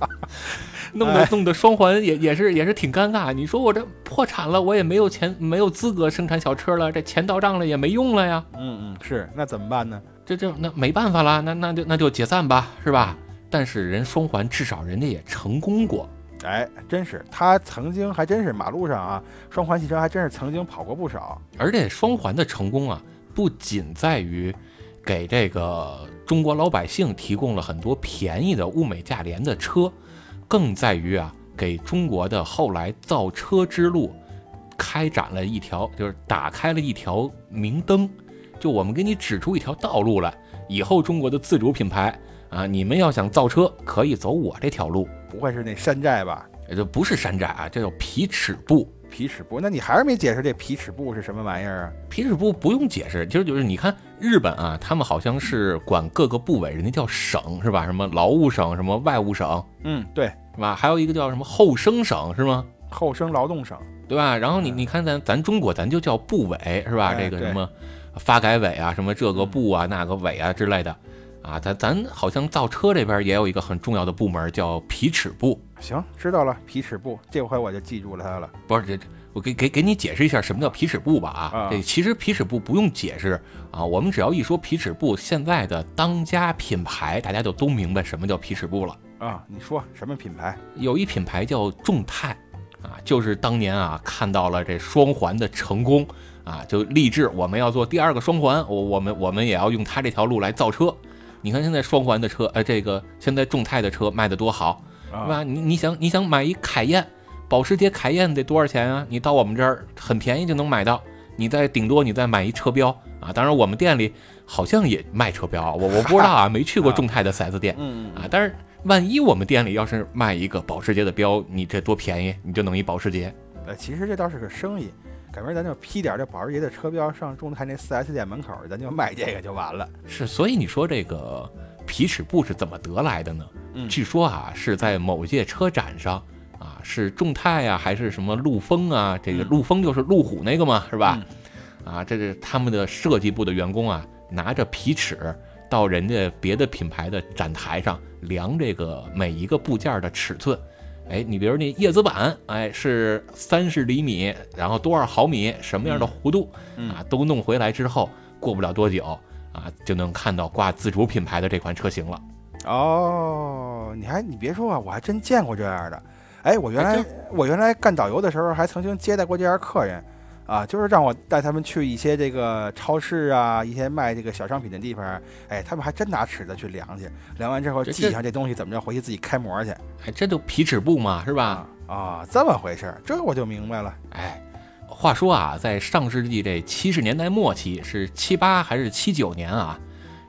Speaker 1: (laughs) 弄得
Speaker 2: 哎
Speaker 1: 弄得双环也也是也是挺尴尬。你说我这破产了，我也没有钱，没有资格生产小车了，这钱到账了也没用了呀。
Speaker 2: 嗯嗯，是，那怎么办呢？
Speaker 1: 这这那没办法啦，那那就那就解散吧，是吧？但是人双环至少人家也成功过，
Speaker 2: 哎，真是，他曾经还真是马路上啊，双环汽车还真是曾经跑过不少。
Speaker 1: 而这双环的成功啊，不仅在于给这个中国老百姓提供了很多便宜的物美价廉的车，更在于啊，给中国的后来造车之路开展了一条，就是打开了一条明灯，就我们给你指出一条道路来，以后中国的自主品牌啊，你们要想造车，可以走我这条路，
Speaker 2: 不会是那山寨吧？
Speaker 1: 也就不是山寨啊，这叫皮尺布。
Speaker 2: 皮尺布？那你还是没解释这皮尺布是什么玩意儿啊？
Speaker 1: 皮尺部不用解释，其实就是你看日本啊，他们好像是管各个部委，人家叫省是吧？什么劳务省，什么外务省
Speaker 2: 嗯，对，
Speaker 1: 是吧？还有一个叫什么后生省是吗？
Speaker 2: 后生劳动省。
Speaker 1: 对吧？然后你
Speaker 2: 嗯
Speaker 1: 你看咱咱中国咱就叫部委是吧？
Speaker 2: 哎
Speaker 1: 这个
Speaker 2: 对
Speaker 1: 什么发改委啊，什么这个部啊、那个委啊之类的啊，咱咱好像造车这边也有一个很重要的部门叫皮尺部，
Speaker 2: 行，知道了，皮尺布，这回我就记住了它了。
Speaker 1: 不是这。这我给给给你解释一下什么叫皮尺部吧啊
Speaker 2: 啊，
Speaker 1: 这其实皮尺部不用解释啊，我们只要一说皮尺部，现在的当家品牌大家就都明白什么叫皮尺部了。
Speaker 2: 啊，你说什么品牌？
Speaker 1: 有一品牌叫众泰啊，就是当年啊看到了这双环的成功啊，就立志我们要做第二个双环，我我们我们也要用它这条路来造车。你看现在双环的车，呃，这个现在众泰的车卖得多好，是
Speaker 2: 啊，
Speaker 1: 吧？你你想你想买一凯宴，保时捷凯宴得多少钱啊？你到我们这儿很便宜就能买到，你再顶多你再买一车标啊。当然我们店里好像也卖车标啊，我我不知道啊，没去过众泰的 4S 店。
Speaker 2: 嗯
Speaker 1: 啊，但是万一我们店里要是卖一个保时捷的标，你这多便宜，你就弄一保时捷。
Speaker 2: 嗯，呃，其实这倒是个生意。改明儿咱就批点儿这保时捷的车标上中泰那 4S 店门口儿，咱就卖这个就完了。
Speaker 1: 是，所以你说这个皮尺布是怎么得来的呢？
Speaker 2: 嗯
Speaker 1: 据说啊是在某届车展上啊，是众泰啊还是什么陆风啊？这个
Speaker 2: 嗯
Speaker 1: 陆风就是路虎那个嘛，是吧
Speaker 2: 嗯？
Speaker 1: 啊，这是他们的设计部的员工啊，拿着皮尺到人家别的品牌的展台上量这个每一个部件的尺寸。哎，你比如那叶子板，哎是三十厘米，然后多少毫米，什么样的弧度、
Speaker 2: 嗯
Speaker 1: 啊，都弄回来之后，过不了多久啊，就能看到挂自主品牌的这款车型了。
Speaker 2: 哦，你还你别说啊，我还真见过这样的。哎，我原
Speaker 1: 还
Speaker 2: 来我原来干导游的时候，还曾经接待过这样客人，啊，就是让我带他们去一些这个超市啊，一些卖这个小商品的地方，哎，他们还真拿尺子去量去，量完之后
Speaker 1: 这
Speaker 2: 记上这东西怎么着，回去自己开模去
Speaker 1: 哎，这就皮尺布嘛，是吧？
Speaker 2: 啊啊，这么回事儿，这我就明白了。
Speaker 1: 哎，话说啊，在上世纪这七十年代末期，是七八还是七九年啊？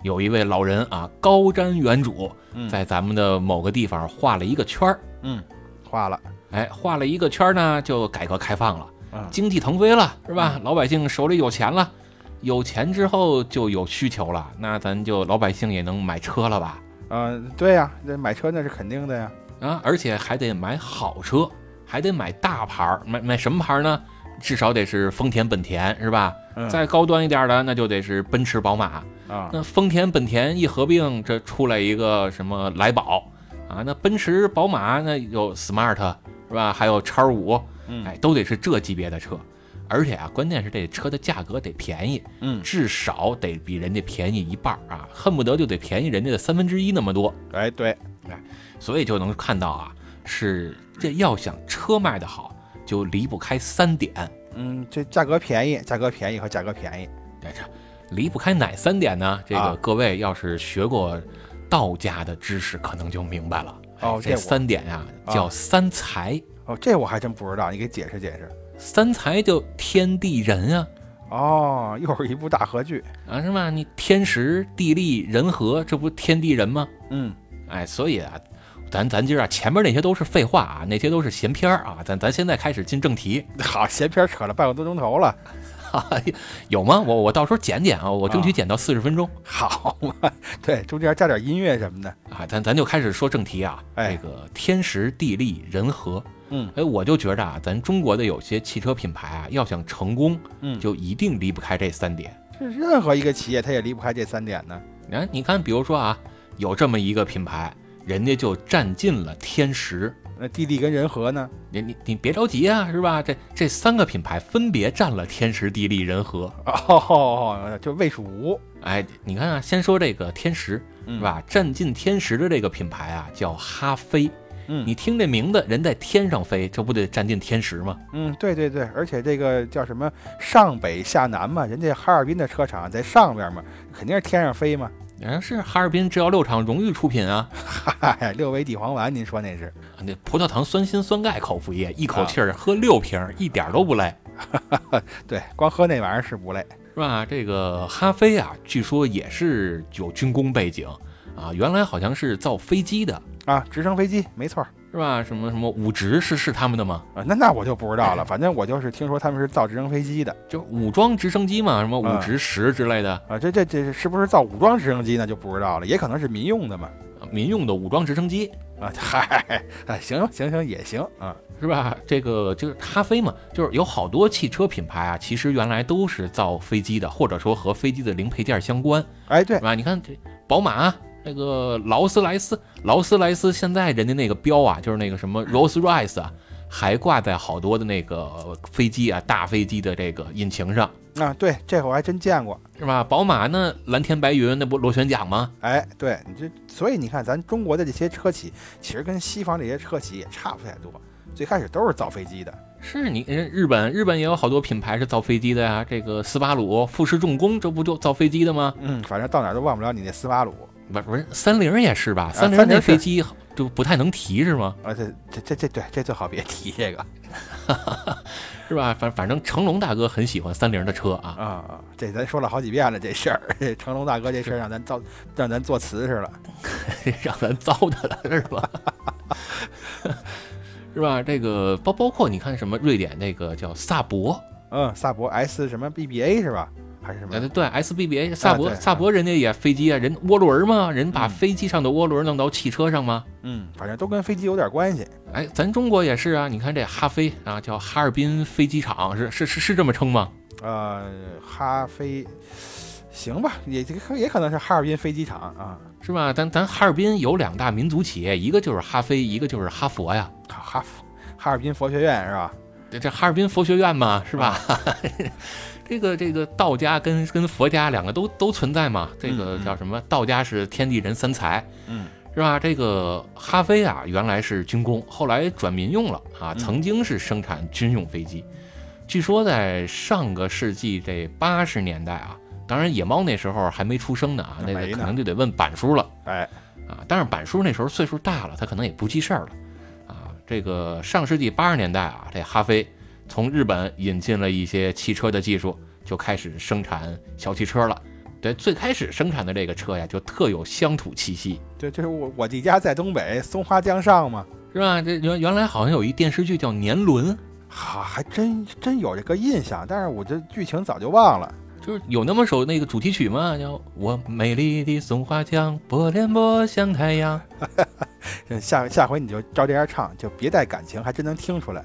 Speaker 1: 有一位老人啊，高瞻远瞩，
Speaker 2: 嗯
Speaker 1: 在咱们的某个地方画了一个圈儿。
Speaker 2: 嗯，画了，
Speaker 1: 哎，画了一个圈儿呢，就改革开放了，
Speaker 2: 嗯
Speaker 1: 经济腾飞了，是吧？老百姓手里有钱了，有钱之后就有需求了，那咱就老百姓也能买车了吧？
Speaker 2: 嗯、对呀、那买车那是肯定的呀。
Speaker 1: 啊，而且还得买好车，还得买大牌儿，买买什么牌儿呢？至少得是丰田、本田，是吧？
Speaker 2: 嗯
Speaker 1: 再高端一点的，那就得是奔驰、宝马。
Speaker 2: 啊，
Speaker 1: 那丰田、本田一合并，这出来一个什么来宝啊？那奔驰、宝马那有 Smart 是吧？还有叉五，
Speaker 2: 嗯
Speaker 1: 哎，都得是这级别的车。而且啊，关键是这车的价格得便宜，
Speaker 2: 嗯，
Speaker 1: 至少得比人家便宜一半儿啊，恨不得就得便宜人家的三分之一那么多。
Speaker 2: 哎对，
Speaker 1: 所以就能看到啊，是这要想车卖得好，就离不开三点。
Speaker 2: 嗯，这价格便宜，价格便宜和价格便宜。
Speaker 1: 哎这离不开哪三点呢？这个
Speaker 2: 啊
Speaker 1: 各位要是学过道家的知识，可能就明白了。
Speaker 2: 哦
Speaker 1: 哎这
Speaker 2: 这我
Speaker 1: 三点呀、
Speaker 2: 啊
Speaker 1: 叫三才。
Speaker 2: 哦，这我还真不知道，你给解释解释。
Speaker 1: 三才就天地人啊，
Speaker 2: 哦，又是一部大合剧。
Speaker 1: 啊是吧？你天时地利人和，这不天地人吗？
Speaker 2: 嗯，
Speaker 1: 哎，所以啊，咱咱今儿啊，前面那些都是废话啊，那些都是闲篇儿啊，咱咱现在开始进正题。
Speaker 2: (laughs) 好，闲篇扯了半个多钟头了。
Speaker 1: 有吗？我我到时候剪剪啊，我争取
Speaker 2: 啊
Speaker 1: 剪到四十分钟
Speaker 2: 好嘛，对，中间加点音乐什么的。
Speaker 1: 啊。咱咱就开始说正题啊，
Speaker 2: 哎
Speaker 1: 这个天时地利人和。
Speaker 2: 嗯
Speaker 1: 哎，我就觉着啊，咱中国的有些汽车品牌啊，要想成功，
Speaker 2: 嗯
Speaker 1: 就一定离不开这三点。哎
Speaker 2: 这任何一个企业，它也离不开这三点呢。
Speaker 1: 你看，你看，比如说啊，有这么一个品牌，人家就占尽了天时，
Speaker 2: 那地利跟人和呢？
Speaker 1: 你你你别着急啊，是吧？这这三个品牌分别占了天时地利人和。
Speaker 2: 哦， (laughs) 就魏蜀吴，
Speaker 1: 哎，你看啊，先说这个天时
Speaker 2: 嗯
Speaker 1: 是？吧？占尽天时的这个品牌啊，叫哈飞。
Speaker 2: 嗯
Speaker 1: 你听这名字，人在天上飞，这不得占尽天时吗？
Speaker 2: 嗯，对对对，而且这个叫什么上北下南嘛，人家哈尔滨的车厂在上边嘛，肯定是天上飞嘛。
Speaker 1: 人哎是哈尔滨制药六厂荣誉出品啊，
Speaker 2: 嗨，六味地黄丸，您说那是？
Speaker 1: 啊那葡萄糖酸锌酸钙口服液，一口气儿喝六瓶儿，一点儿都不累，
Speaker 2: 对，光喝那玩意儿是不累。
Speaker 1: 是吧？这个哈飞啊，据说也是有军工背景啊，原来好像是造飞机的，
Speaker 2: 啊，直升飞机没错儿
Speaker 1: 是吧？什么什么武职是是他们的吗？
Speaker 2: 啊，那那我就不知道了，反正我就是听说他们是造直升飞机的
Speaker 1: 就武装直升机嘛，什么武
Speaker 2: 嗯
Speaker 1: 直十之类的，
Speaker 2: 啊，这这这是不是造武装直升机那就不知道了，也可能是民用的嘛
Speaker 1: 啊民用的武装直升机，
Speaker 2: 啊， (laughs) 嗨，啊行行行也行啊，
Speaker 1: 是吧？这个就是哈飞嘛，就是有好多汽车品牌啊，其实原来都是造飞机的，或者说和飞机的零配件相关，
Speaker 2: 哎对
Speaker 1: 是，吧？你看这宝马。啊那个劳斯莱斯，劳斯莱斯现在人家那个标啊，就是那个什么 Rolls Royce 啊，还挂在好多的那个飞机啊，大飞机的这个引擎上，
Speaker 2: 啊对，这个我还真见过，
Speaker 1: 是吧？宝马呢，蓝天白云，那不螺旋桨吗？
Speaker 2: 哎对，你这所以你看咱中国的这些车企，其实跟西方这些车企也差不太多，最开始都是造飞机的，
Speaker 1: 是你人日本，日本也有好多品牌是造飞机的呀，这个斯巴鲁、富士重工，这不就造飞机的吗？
Speaker 2: 嗯，反正到哪儿都忘不了你那斯巴鲁。
Speaker 1: 不不是，三菱也是吧？
Speaker 2: 啊
Speaker 1: 三菱
Speaker 2: 三菱
Speaker 1: 那
Speaker 2: 是
Speaker 1: 飞机就不太能提是吗？
Speaker 2: 啊，这这这这对，这最好别提这个
Speaker 1: 是吧？反反正成龙大哥很喜欢三菱的车啊。
Speaker 2: 啊！这咱说了好几遍了，这事儿， (laughs) 成龙大哥这事儿让咱造，让咱做瓷实了。
Speaker 1: 让咱糟蹋了，是吧？ (laughs) 是吧？这个包包括你看什么瑞典那个叫萨博，
Speaker 2: 嗯，萨博 S 什么 BBA 是吧？还是什么
Speaker 1: 呃，？对，SBBA 萨博，
Speaker 2: 嗯啊对
Speaker 1: 萨博人家也飞机啊，人涡轮嘛，人把
Speaker 2: 嗯
Speaker 1: 飞机上的涡轮弄到汽车上吗？
Speaker 2: 嗯，反正都跟飞机有点关系。
Speaker 1: 哎，咱中国也是啊，你看这哈飞啊，叫哈尔滨飞机场，是是是是这么称吗？
Speaker 2: 呃，哈飞，行吧，也也可能是哈尔滨飞机场啊，
Speaker 1: 是吧？咱咱哈尔滨有两大民族企业，一个就是哈飞，一个就是哈佛呀。
Speaker 2: 哈哈佛哈尔滨佛学院是吧？
Speaker 1: 这这哈尔滨佛学院嘛，是吧？
Speaker 2: 啊
Speaker 1: (laughs) 这个这个道家跟跟佛家两个都都存在嘛。这个
Speaker 2: 嗯嗯
Speaker 1: 叫什么？道家是天地人三才，
Speaker 2: 嗯，
Speaker 1: 是吧？这个哈飞啊，原来是军工，后来转民用了啊，
Speaker 2: 嗯
Speaker 1: 曾经是生产军用飞机。据说在上个世纪这八十年代啊，当然野猫那时候还没出生呢啊，那个
Speaker 2: 没呢
Speaker 1: 可能就得问板叔了。
Speaker 2: 哎，
Speaker 1: 啊，但是板叔那时候岁数大了，他可能也不记事儿了啊。这个上世纪八十年代啊，这哈飞从日本引进了一些汽车的技术，就开始生产小汽车了。对，最开始生产的这个车呀，就特有乡土气息，
Speaker 2: 这这是我我弟家在东北松花江上嘛，
Speaker 1: 是吧？这原原来好像有一电视剧叫《年轮》，
Speaker 2: 哈，还真真有这个印象，但是我这剧情早就忘了。
Speaker 1: 就是有那么首那个主题曲嘛，叫《我美丽的松花江，波连波像太阳》。
Speaker 2: 这嗯下下回你就照这样唱，就别带感情，还真能听出来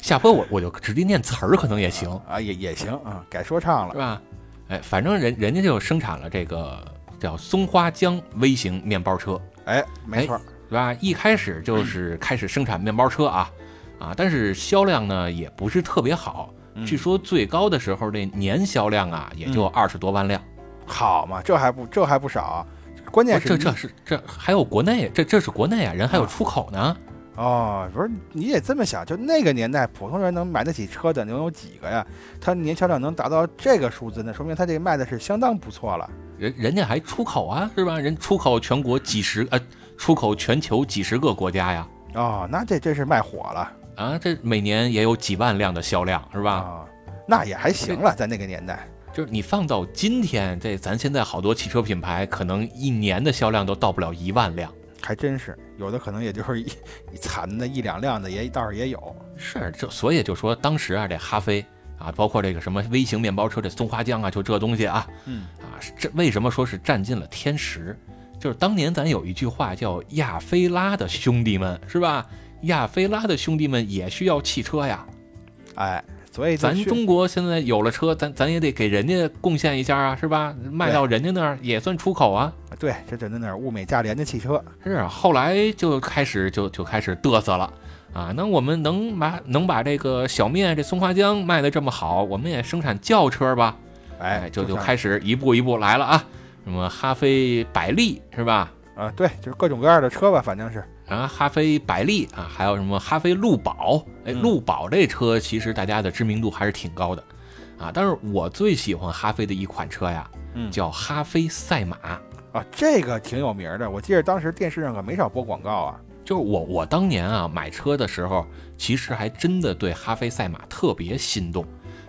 Speaker 1: 下回我我就直接念词儿，可能也行。
Speaker 2: 啊，也也行啊，改说唱了
Speaker 1: 是。吧？哎，反正人人家就生产了这个叫松花江微型面包车，
Speaker 2: 哎，没错儿，
Speaker 1: 对吧？一开始 (clears throat) 就是开始生产面包车啊，啊，但是销量呢也不是特别好，
Speaker 2: 嗯
Speaker 1: 据说最高的时候这年销量啊也就二十多万辆。
Speaker 2: 好嘛，这还不这还不少，关键
Speaker 1: 不
Speaker 2: 是
Speaker 1: 是这
Speaker 2: 你
Speaker 1: 这是这还有国内，这这是国内啊，人还有出口呢。
Speaker 2: 哦，不是，你也这么想，就那个年代，普通人能买得起车的能有几个呀？他年销量能达到这个数字，那说明他这个卖的是相当不错了。
Speaker 1: 人人家还出口啊，是吧？人出口全国几十呃，出口全球几十个国家呀，
Speaker 2: 哦，那这真是卖火了
Speaker 1: 啊，这每年也有几万辆的销量，是吧？
Speaker 2: 哦那也还行了，在那个年代。
Speaker 1: 就是你放到今天，这咱现在好多汽车品牌，可能一年的销量都到不了一万辆。
Speaker 2: 还真是，有的可能也就是一一惨的一两辆的也倒是也有，
Speaker 1: 是，就所以就说当时啊，这哈飞啊，包括这个什么微型面包车，这松花江啊，就这东西啊，
Speaker 2: 嗯
Speaker 1: 啊，是这为什么说是占尽了天时？就是当年咱有一句话叫“亚非拉的兄弟们”，是吧？亚非拉的兄弟们也需要汽车呀。
Speaker 2: 哎，所以就
Speaker 1: 咱
Speaker 2: 需
Speaker 1: 中国现在有了车，咱咱也得给人家贡献一下啊，是吧？卖到人家那儿也算出口啊。
Speaker 2: 对，这真的那物美价廉的汽车，
Speaker 1: 是啊，后来就开始就就开始嘚瑟了啊！那我们能把能把这个小面这松花江卖的这么好，我们也生产轿车吧？
Speaker 2: 哎，
Speaker 1: 就就
Speaker 2: 像
Speaker 1: 开始一步一步来了啊！什么哈飞、百利是吧？
Speaker 2: 啊，对，就是各种各样的车吧，反正是，
Speaker 1: 然后哈飞、百利啊，还有什么哈飞路宝？哎，
Speaker 2: 嗯
Speaker 1: 路宝这车其实大家的知名度还是挺高的啊。但是我最喜欢哈飞的一款车呀，
Speaker 2: 嗯
Speaker 1: 叫哈飞赛马。
Speaker 2: 啊，这个挺有名儿的，我记得当时电视上可没少播广告啊，
Speaker 1: 就是我我当年啊买车的时候，其实还真的对哈飞赛马特别心动。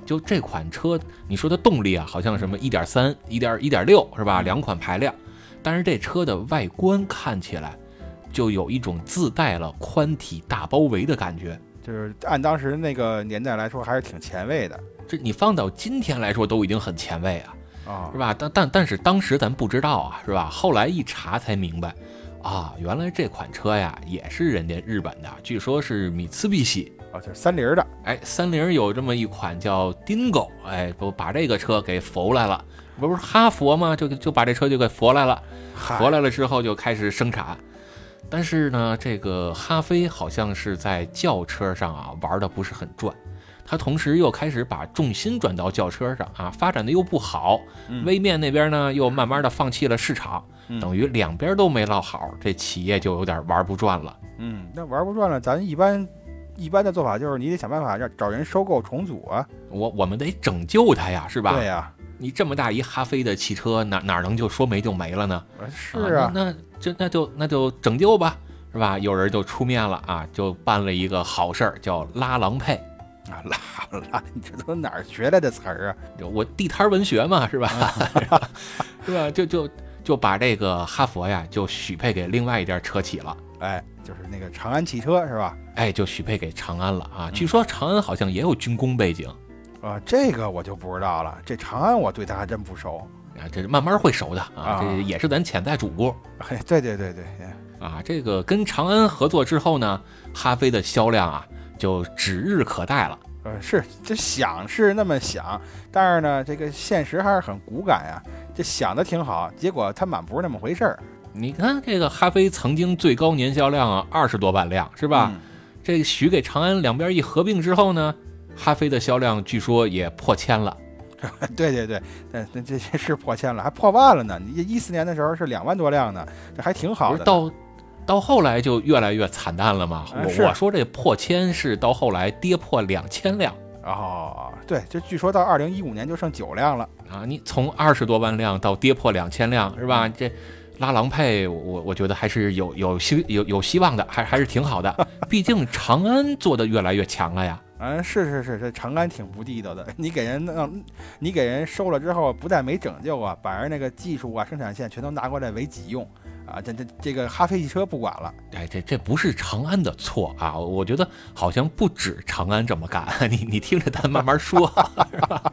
Speaker 1: 就这款车，你说它动力啊，好像什么一点三、一点一点六是吧？
Speaker 2: 嗯
Speaker 1: 两款排量，但是这车的外观看起来就有一种自带了宽体大包围的感觉。
Speaker 2: 就是按当时那个年代来说，还是挺前卫的
Speaker 1: 这你放到今天来说都已经很前卫啊，
Speaker 2: 啊
Speaker 1: 是。吧？但但但是当时咱不知道啊，是吧？后来一查才明白，啊，原来这款车呀也是人家日本的，据说是米兹必喜。
Speaker 2: 啊，就是三菱儿的，
Speaker 1: 哎，三菱有这么一款叫 Dingo，哎，不把这个车给佛来了，不是哈佛吗？就就把这车就给佛来了，
Speaker 2: 嗨
Speaker 1: 佛来了之后就开始生产。但是呢，这个哈飞好像是在轿车上啊玩的不是很转，他同时又开始把重心转到轿车上啊，发展的又不好，
Speaker 2: 嗯
Speaker 1: 微面那边呢又慢慢的放弃了市场，
Speaker 2: 嗯
Speaker 1: 等于两边都没落好，这企业就有点玩不转了。
Speaker 2: 嗯，那玩不转了，咱一般一般的做法就是你得想办法让找人收购重组啊，
Speaker 1: 我我们得拯救它呀，是吧？
Speaker 2: 对呀、
Speaker 1: 你这么大一哈飞的汽车，哪哪能就说没就没了呢？
Speaker 2: 啊是啊，
Speaker 1: 那那就那就那就拯救吧，是吧？有人就出面了啊，就办了一个好事儿，叫拉郎配。
Speaker 2: 啊 (laughs) 拉拉，你这都哪儿学来的词儿啊？
Speaker 1: 就我地摊文学嘛，是吧？ (laughs) 是吧？就就就把这个哈佛呀，就许配给另外一家车企了。
Speaker 2: 哎，就是那个长安汽车是吧？
Speaker 1: 哎，就许配给长安了啊！
Speaker 2: 嗯
Speaker 1: 据说长安好像也有军工背景
Speaker 2: 啊，这个我就不知道了，这长安我对它还真不熟。 (laughs)
Speaker 1: 啊，这慢慢会熟的啊
Speaker 2: 啊，
Speaker 1: 这也是咱潜在主顾。
Speaker 2: 哎，对对对对，哎
Speaker 1: 啊，这个跟长安合作之后呢，哈飞的销量啊就指日可待了。
Speaker 2: 呃，是这想是那么想，但是呢，这个现实还是很骨感呀、这想的挺好，结果它满不是那么回事儿，
Speaker 1: 你看这个哈飞曾经最高年销量啊二十多万辆，是
Speaker 2: 是
Speaker 1: 吧？？这个许给长安两边一合并之后呢，哈飞的销量据说也破千了。
Speaker 2: (laughs) 对对对，那那这这是破千了，还破万了呢。你一四年的时候是两万多辆呢，这还挺好
Speaker 1: 不是
Speaker 2: 的。
Speaker 1: 到到后来就越来越惨淡了嘛。
Speaker 2: 啊
Speaker 1: 我
Speaker 2: 是
Speaker 1: 我说这破千是到后来跌破两千辆
Speaker 2: 哦，对，就据说到二零一五年就剩九辆了。
Speaker 1: 啊，你从二十多万辆到跌破两千辆，是吧？这拉郎配，我我觉得还是有有希有有希望的，还还是挺好的。毕竟长安做的越来越强了呀。
Speaker 2: 嗯，是是是，这长安挺不地道的。 (laughs) 你给人弄，你给人收了之后，不但没拯救啊，把人那个技术啊、生产线全都拿过来为己用啊。这这这个哈飞汽车不管了，
Speaker 1: 哎，这这不是长安的错啊！我觉得好像不止长安这么干， (laughs) 你你听着咱慢慢说，是吧？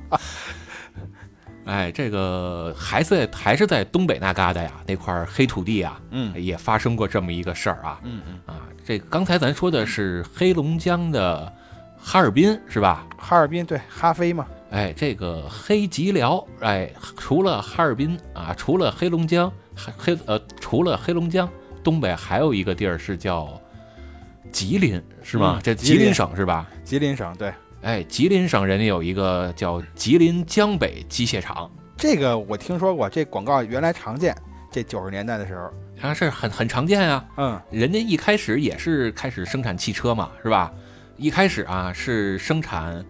Speaker 1: (laughs) 哎，这个还在还是在东北那旮瘩呀，那块儿黑土地啊，
Speaker 2: 嗯
Speaker 1: 也发生过这么一个事儿啊
Speaker 2: 嗯嗯，
Speaker 1: 啊！这刚才咱说的是黑龙江的哈尔滨是吧？
Speaker 2: 哈尔滨对哈飞嘛，
Speaker 1: 哎，这个黑吉辽，哎，除了哈尔滨啊，除了黑龙江，还黑呃，除了黑龙江，东北还有一个地儿是叫吉林，是吗？
Speaker 2: 嗯
Speaker 1: 这
Speaker 2: 吉林
Speaker 1: 吉林省是吧？
Speaker 2: 吉林省对。
Speaker 1: 哎，吉林省人家有一个叫吉林江北机械厂，
Speaker 2: 这个我听说过，这广告原来常见，这九十年代的时候，
Speaker 1: 啊，是很很常见啊。
Speaker 2: 嗯
Speaker 1: 人家一开始也是开始生产汽车嘛，是吧？一开始啊是生产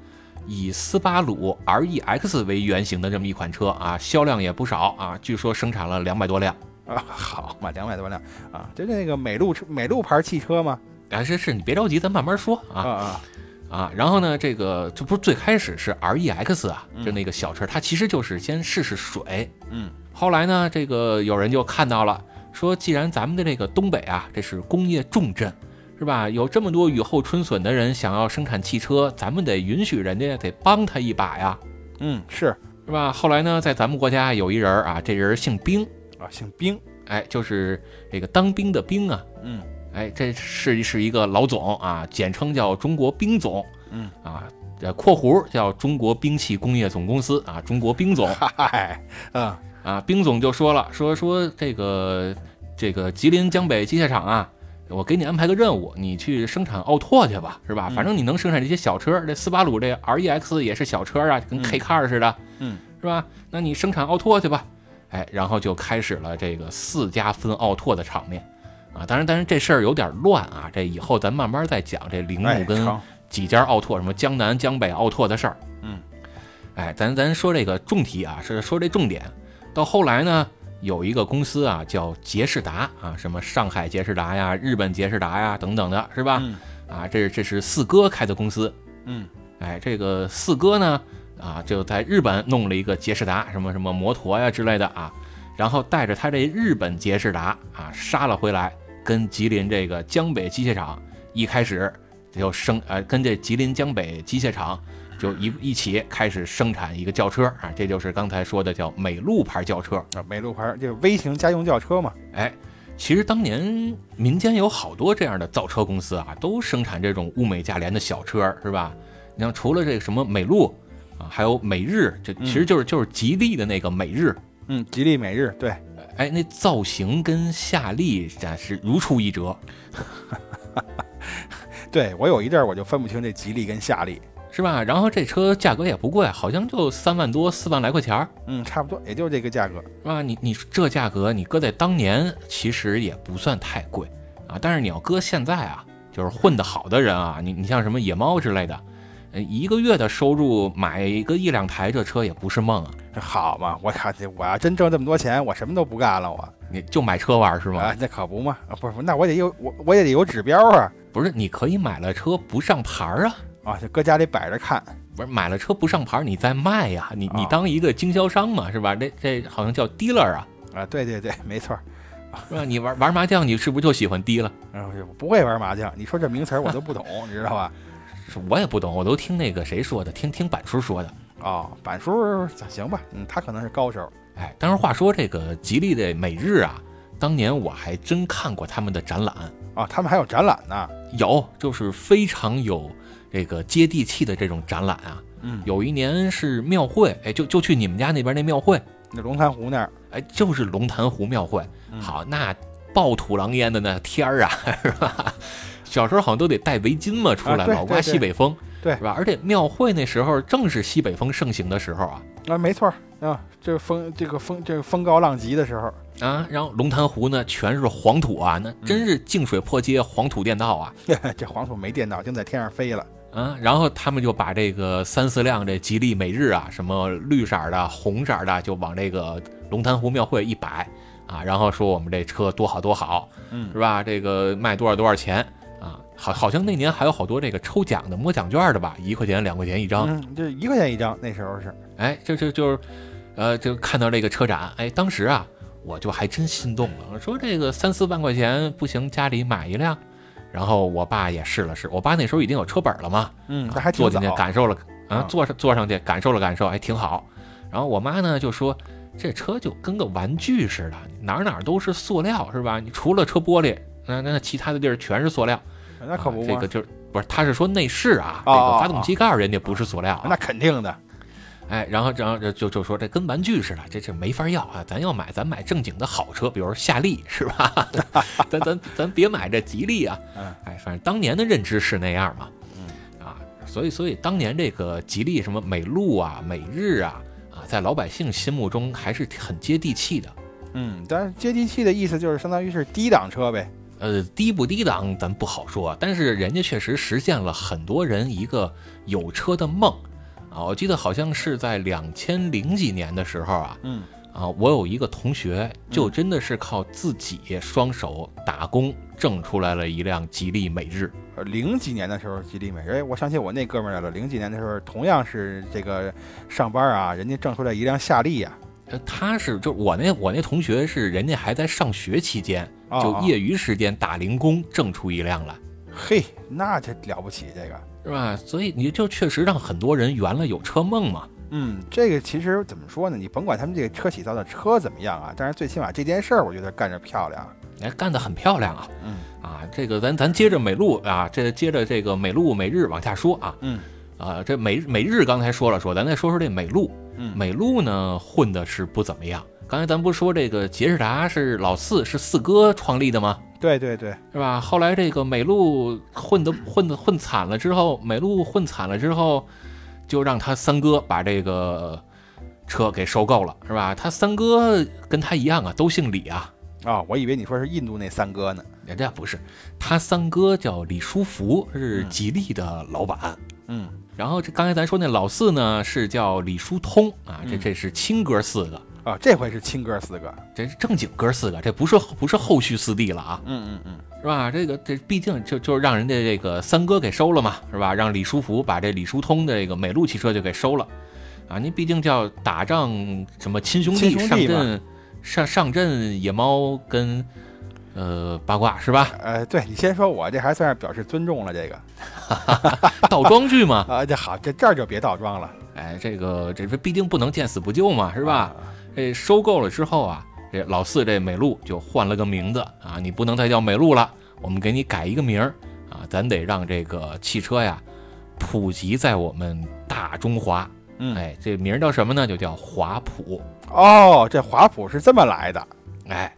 Speaker 1: 以斯巴鲁 REX 为原型的这么一款车啊，销量也不少啊，据说生产了两百多辆。
Speaker 2: 啊，好嘛，两百多辆啊，就那个美路美路牌汽车嘛，
Speaker 1: 啊，是是，你别着急，咱慢慢说
Speaker 2: 啊
Speaker 1: 啊
Speaker 2: 啊，
Speaker 1: 啊。然后呢，这个这不是最开始是 R E X 啊，
Speaker 2: 嗯
Speaker 1: 就那个小车，它其实就是先试试水。
Speaker 2: 嗯
Speaker 1: 后来呢，这个有人就看到了，说既然咱们的这个东北啊，这是工业重镇，是吧？有这么多雨后春笋的人想要生产汽车，咱们得允许人家得帮他一把呀，
Speaker 2: 嗯，是
Speaker 1: 是吧？后来呢，在咱们国家有一人儿啊，这人儿姓兵，
Speaker 2: 啊，姓冰，
Speaker 1: 哎，就是这个当兵的兵啊，
Speaker 2: 嗯
Speaker 1: 哎，这是是一个老总啊，简称叫中国兵总，
Speaker 2: 嗯
Speaker 1: 啊，
Speaker 2: (laughs)
Speaker 1: 呃，括弧叫中国兵器工业总公司啊，中国兵总。
Speaker 2: 嗨，啊
Speaker 1: 啊，兵总就说了，说说这个这个吉林江北机械厂啊，我给你安排个任务，你去生产奥拓去吧，是吧？
Speaker 3: 嗯
Speaker 1: 反正你能生产这些小车，这斯巴鲁这 REX 也是小车啊，跟
Speaker 3: 嗯
Speaker 1: K Car 似的，
Speaker 3: 嗯，
Speaker 1: 是吧？那你生产奥拓去吧，哎，然后就开始了这个四家分奥拓的场面。啊，当然，当然这事儿有点乱啊，这以后咱慢慢再讲这铃
Speaker 3: 哎
Speaker 1: 木跟
Speaker 3: 成
Speaker 1: 几家奥拓，什么江南、江北奥拓的事儿。
Speaker 3: 嗯，
Speaker 1: 哎，咱咱说这个重题啊，是说这重点。到后来呢，有一个公司啊叫杰士达啊，什么上海杰士达呀、日本杰士达呀等等的，是吧？
Speaker 3: 嗯
Speaker 1: 啊，这这是四哥开的公司。
Speaker 3: 嗯
Speaker 1: 哎，这个四哥呢，啊，就在日本弄了一个杰士达，什么什么摩托呀之类的啊，然后带着他这日本杰士达啊杀了回来，跟吉林这个江北机械厂一开始就生呃，跟这吉林江北机械厂就一一起开始生产一个轿车啊，这就是刚才说的叫美陆牌轿车。
Speaker 2: 啊，美路牌儿这个微型家用轿车嘛，
Speaker 1: 哎，其实当年民间有好多这样的造车公司啊，都生产这种物美价廉的小车儿，是吧？你像除了这个什么美陆啊，还有美日，这其实就是就是吉利的那个美日，
Speaker 2: 嗯，吉利美日，对，
Speaker 1: 哎，那造型跟夏利那是如出一辙，
Speaker 2: 对我有一阵儿我就分不清这吉利跟夏利，
Speaker 1: 是吧？然后这车价格也不贵，好像就三万多、四万来块钱儿。
Speaker 2: 嗯，差不多，也就这个价格。
Speaker 1: 是吧？你你这价格，你搁在当年其实也不算太贵啊，但是你要搁现在啊，就是混得好的人啊，你你像什么野猫之类的，呃一个月的收入买一个一两台这车也不是梦啊，
Speaker 2: 这好嘛，我呀，这我要真挣这么多钱，我什么都不干了，我
Speaker 1: 你就买车玩儿是吗
Speaker 2: 啊？，那可不嘛，啊不是，不是那我得有我我也得有指标啊，
Speaker 1: 不是，你可以买了车不上牌儿啊，
Speaker 2: 啊，就搁家里摆着看，
Speaker 1: 不是买了车不上牌儿你再卖呀、你你
Speaker 2: 啊
Speaker 1: 当一个经销商嘛是吧？这这好像叫 dealer 啊，
Speaker 2: 啊，对对对，没错儿，
Speaker 1: 是吧？你玩玩麻将你是不是就喜欢 dealer？
Speaker 2: 然后就不会玩麻将，你说这名词儿我都不懂，你知道吧？
Speaker 1: 是我也不懂，我都听那个谁说的，听听板叔说的。
Speaker 2: 哦，板叔行吧，嗯，他可能是高手，
Speaker 1: 哎，当然话说这个吉利的美日啊，当年我还真看过他们的展览，
Speaker 2: 啊，他们还有展览呢，
Speaker 1: 有就是非常有这个接地气的这种展览啊。
Speaker 3: 嗯
Speaker 1: 有一年是庙会，哎，就就去你们家那边那庙会，
Speaker 2: 那龙潭湖那儿，
Speaker 1: 哎，就是龙潭湖庙会。
Speaker 3: 嗯
Speaker 1: 好，那暴土狼烟的那天儿啊， (laughs) 是吧？小时候好像都得戴围巾嘛，出
Speaker 2: 啊
Speaker 1: 来
Speaker 2: 对
Speaker 1: 老
Speaker 2: 对
Speaker 1: 刮
Speaker 2: 对
Speaker 1: 西北风，
Speaker 2: 对
Speaker 1: 是吧？而且庙会那时候正是西北风盛行的时候啊，
Speaker 2: 啊，没错儿啊，这风这个风这个风高浪急的时候， (laughs)
Speaker 1: 啊，然后龙潭湖呢全是黄土啊，那真是净水破街，黄土店道啊
Speaker 2: 这黄土没电到，就在天上飞了。
Speaker 1: 啊！然后他们就把这个三四辆这吉利美日啊，什么绿色儿的、红色儿的，就往这个龙潭湖庙会一摆啊，然后说我们这车多好多好，
Speaker 3: 嗯
Speaker 1: 是吧？这个卖多少多少钱啊？好，好像那年还有好多这个抽奖的、摸奖券的吧，一块钱、两块钱一张。
Speaker 2: 嗯，就一块钱一张，那时候是
Speaker 1: 哎，这这就是，呃，就看到这个车展，哎，当时啊，我就还真心动了。我说这个三四万块钱不行，家里买一辆。然后我爸也试了试，我爸那时候已经有车本了嘛，
Speaker 3: 嗯
Speaker 2: 那还挺
Speaker 1: 坐进去
Speaker 2: 早。
Speaker 1: 感受了啊
Speaker 2: 啊，
Speaker 1: 坐上坐上去感受了感受，哎，挺好。然后我妈呢就说，这车就跟个玩具似的，哪儿哪儿都是塑料，是吧？你除了车玻璃，那那其他的地儿全是塑料。
Speaker 2: 那可不
Speaker 1: 啊
Speaker 2: 嘛、
Speaker 1: 这个就是不是？他是说内饰啊，这
Speaker 2: 哦哦
Speaker 1: 个
Speaker 2: 哦
Speaker 1: 发动机盖儿人家不是塑料啊，
Speaker 2: 那肯定的。
Speaker 1: 哎，然后然后就就就说这跟玩具似的，这这没法要啊！咱要买，咱买正经的好车，比如说夏利是吧？ (laughs) 咱咱咱别买这吉利啊！
Speaker 2: 嗯
Speaker 1: 哎，反正当年的认知是那样嘛。
Speaker 3: 嗯
Speaker 1: 啊，所以所以当年这个吉利什么美陆啊、美日啊啊，在老百姓心目中还是很接地气的。
Speaker 2: 嗯，但是接地气的意思就是相当于是低档车呗。
Speaker 1: 呃，低不低档咱不好说，啊但是人家确实实现了很多人一个有车的梦啊！我记得好像是在两千零几年的时候啊，
Speaker 3: 嗯
Speaker 1: 啊，我有一个同学就真的是靠自己双手打工挣出来了一辆吉利美日。
Speaker 2: 呃零几年的时候，吉利美，哎，我想起我那哥们儿来了。零几年的时候，同样是这个上班啊，人家挣出来一辆夏利呀、
Speaker 1: 呃他是就我那我那同学是人家还在上学期间，
Speaker 2: 啊，
Speaker 1: 就
Speaker 2: 哦
Speaker 1: 业余时间打零工挣出一辆来，
Speaker 2: 嘿，那这了不起，这个。
Speaker 1: 是吧？所以你就确实让很多人圆了有车梦嘛。
Speaker 2: 嗯，这个其实怎么说呢？你甭管他们这个车企造的车怎么样啊，但是最起码这件事儿，我觉得干着漂亮。
Speaker 1: 哎，干得很漂亮啊！
Speaker 3: 嗯
Speaker 1: 啊，这个咱咱接着美陆啊，这接着这个美陆美日往下说啊
Speaker 3: 嗯
Speaker 1: 啊，这美美日刚才说了说，咱再说说这美陆。
Speaker 3: 嗯
Speaker 1: 美陆呢混的是不怎么样，刚才咱不是说这个杰士达是老四是四哥创立的吗？
Speaker 2: 对对对，
Speaker 1: 是吧？后来这个美露混的混的混惨了之后，美露混惨了之后，就让他三哥把这个车给收购了，是吧？他三哥跟他一样啊，都姓李啊，
Speaker 2: 啊、我以为你说是印度那三哥呢。
Speaker 1: 人家不是，他三哥叫李书福，是
Speaker 2: 嗯
Speaker 1: 吉利的老板。
Speaker 2: 嗯，
Speaker 1: 然后这刚才咱说那老四呢，是叫李书通啊，这
Speaker 2: 嗯
Speaker 1: 这是亲哥四个，
Speaker 2: 啊，这回是亲哥四个。
Speaker 1: 这是正经哥四个，这不是不是后续四弟了啊，
Speaker 2: 嗯嗯嗯，
Speaker 1: 是吧？这个这毕竟就就让人家这个三哥给收了嘛，是吧？让李书福把这李书通的这个美路汽车就给收了，啊，您毕竟叫打仗什么亲兄弟
Speaker 2: 亲兄弟
Speaker 1: 上
Speaker 2: 嘛
Speaker 1: 阵上上阵野猫跟呃八卦是吧？ (laughs)
Speaker 2: 呃，对你先说我，这还算是表示尊重了。这个
Speaker 1: 倒装句嘛，
Speaker 2: 啊，这好，这这儿就别倒装了，
Speaker 1: 哎，这个这这毕竟不能见死不救嘛，是
Speaker 2: 是
Speaker 1: 吧？？这收购了之后啊，这老四这美露就换了个名字啊，你不能再叫美露了，我们给你改一个名儿啊，咱得让这个汽车呀普及在我们大中华。
Speaker 2: 嗯
Speaker 1: 哎，这名儿叫什么呢？就叫华普。
Speaker 2: 哦，这华普是这么来的。
Speaker 1: 哎，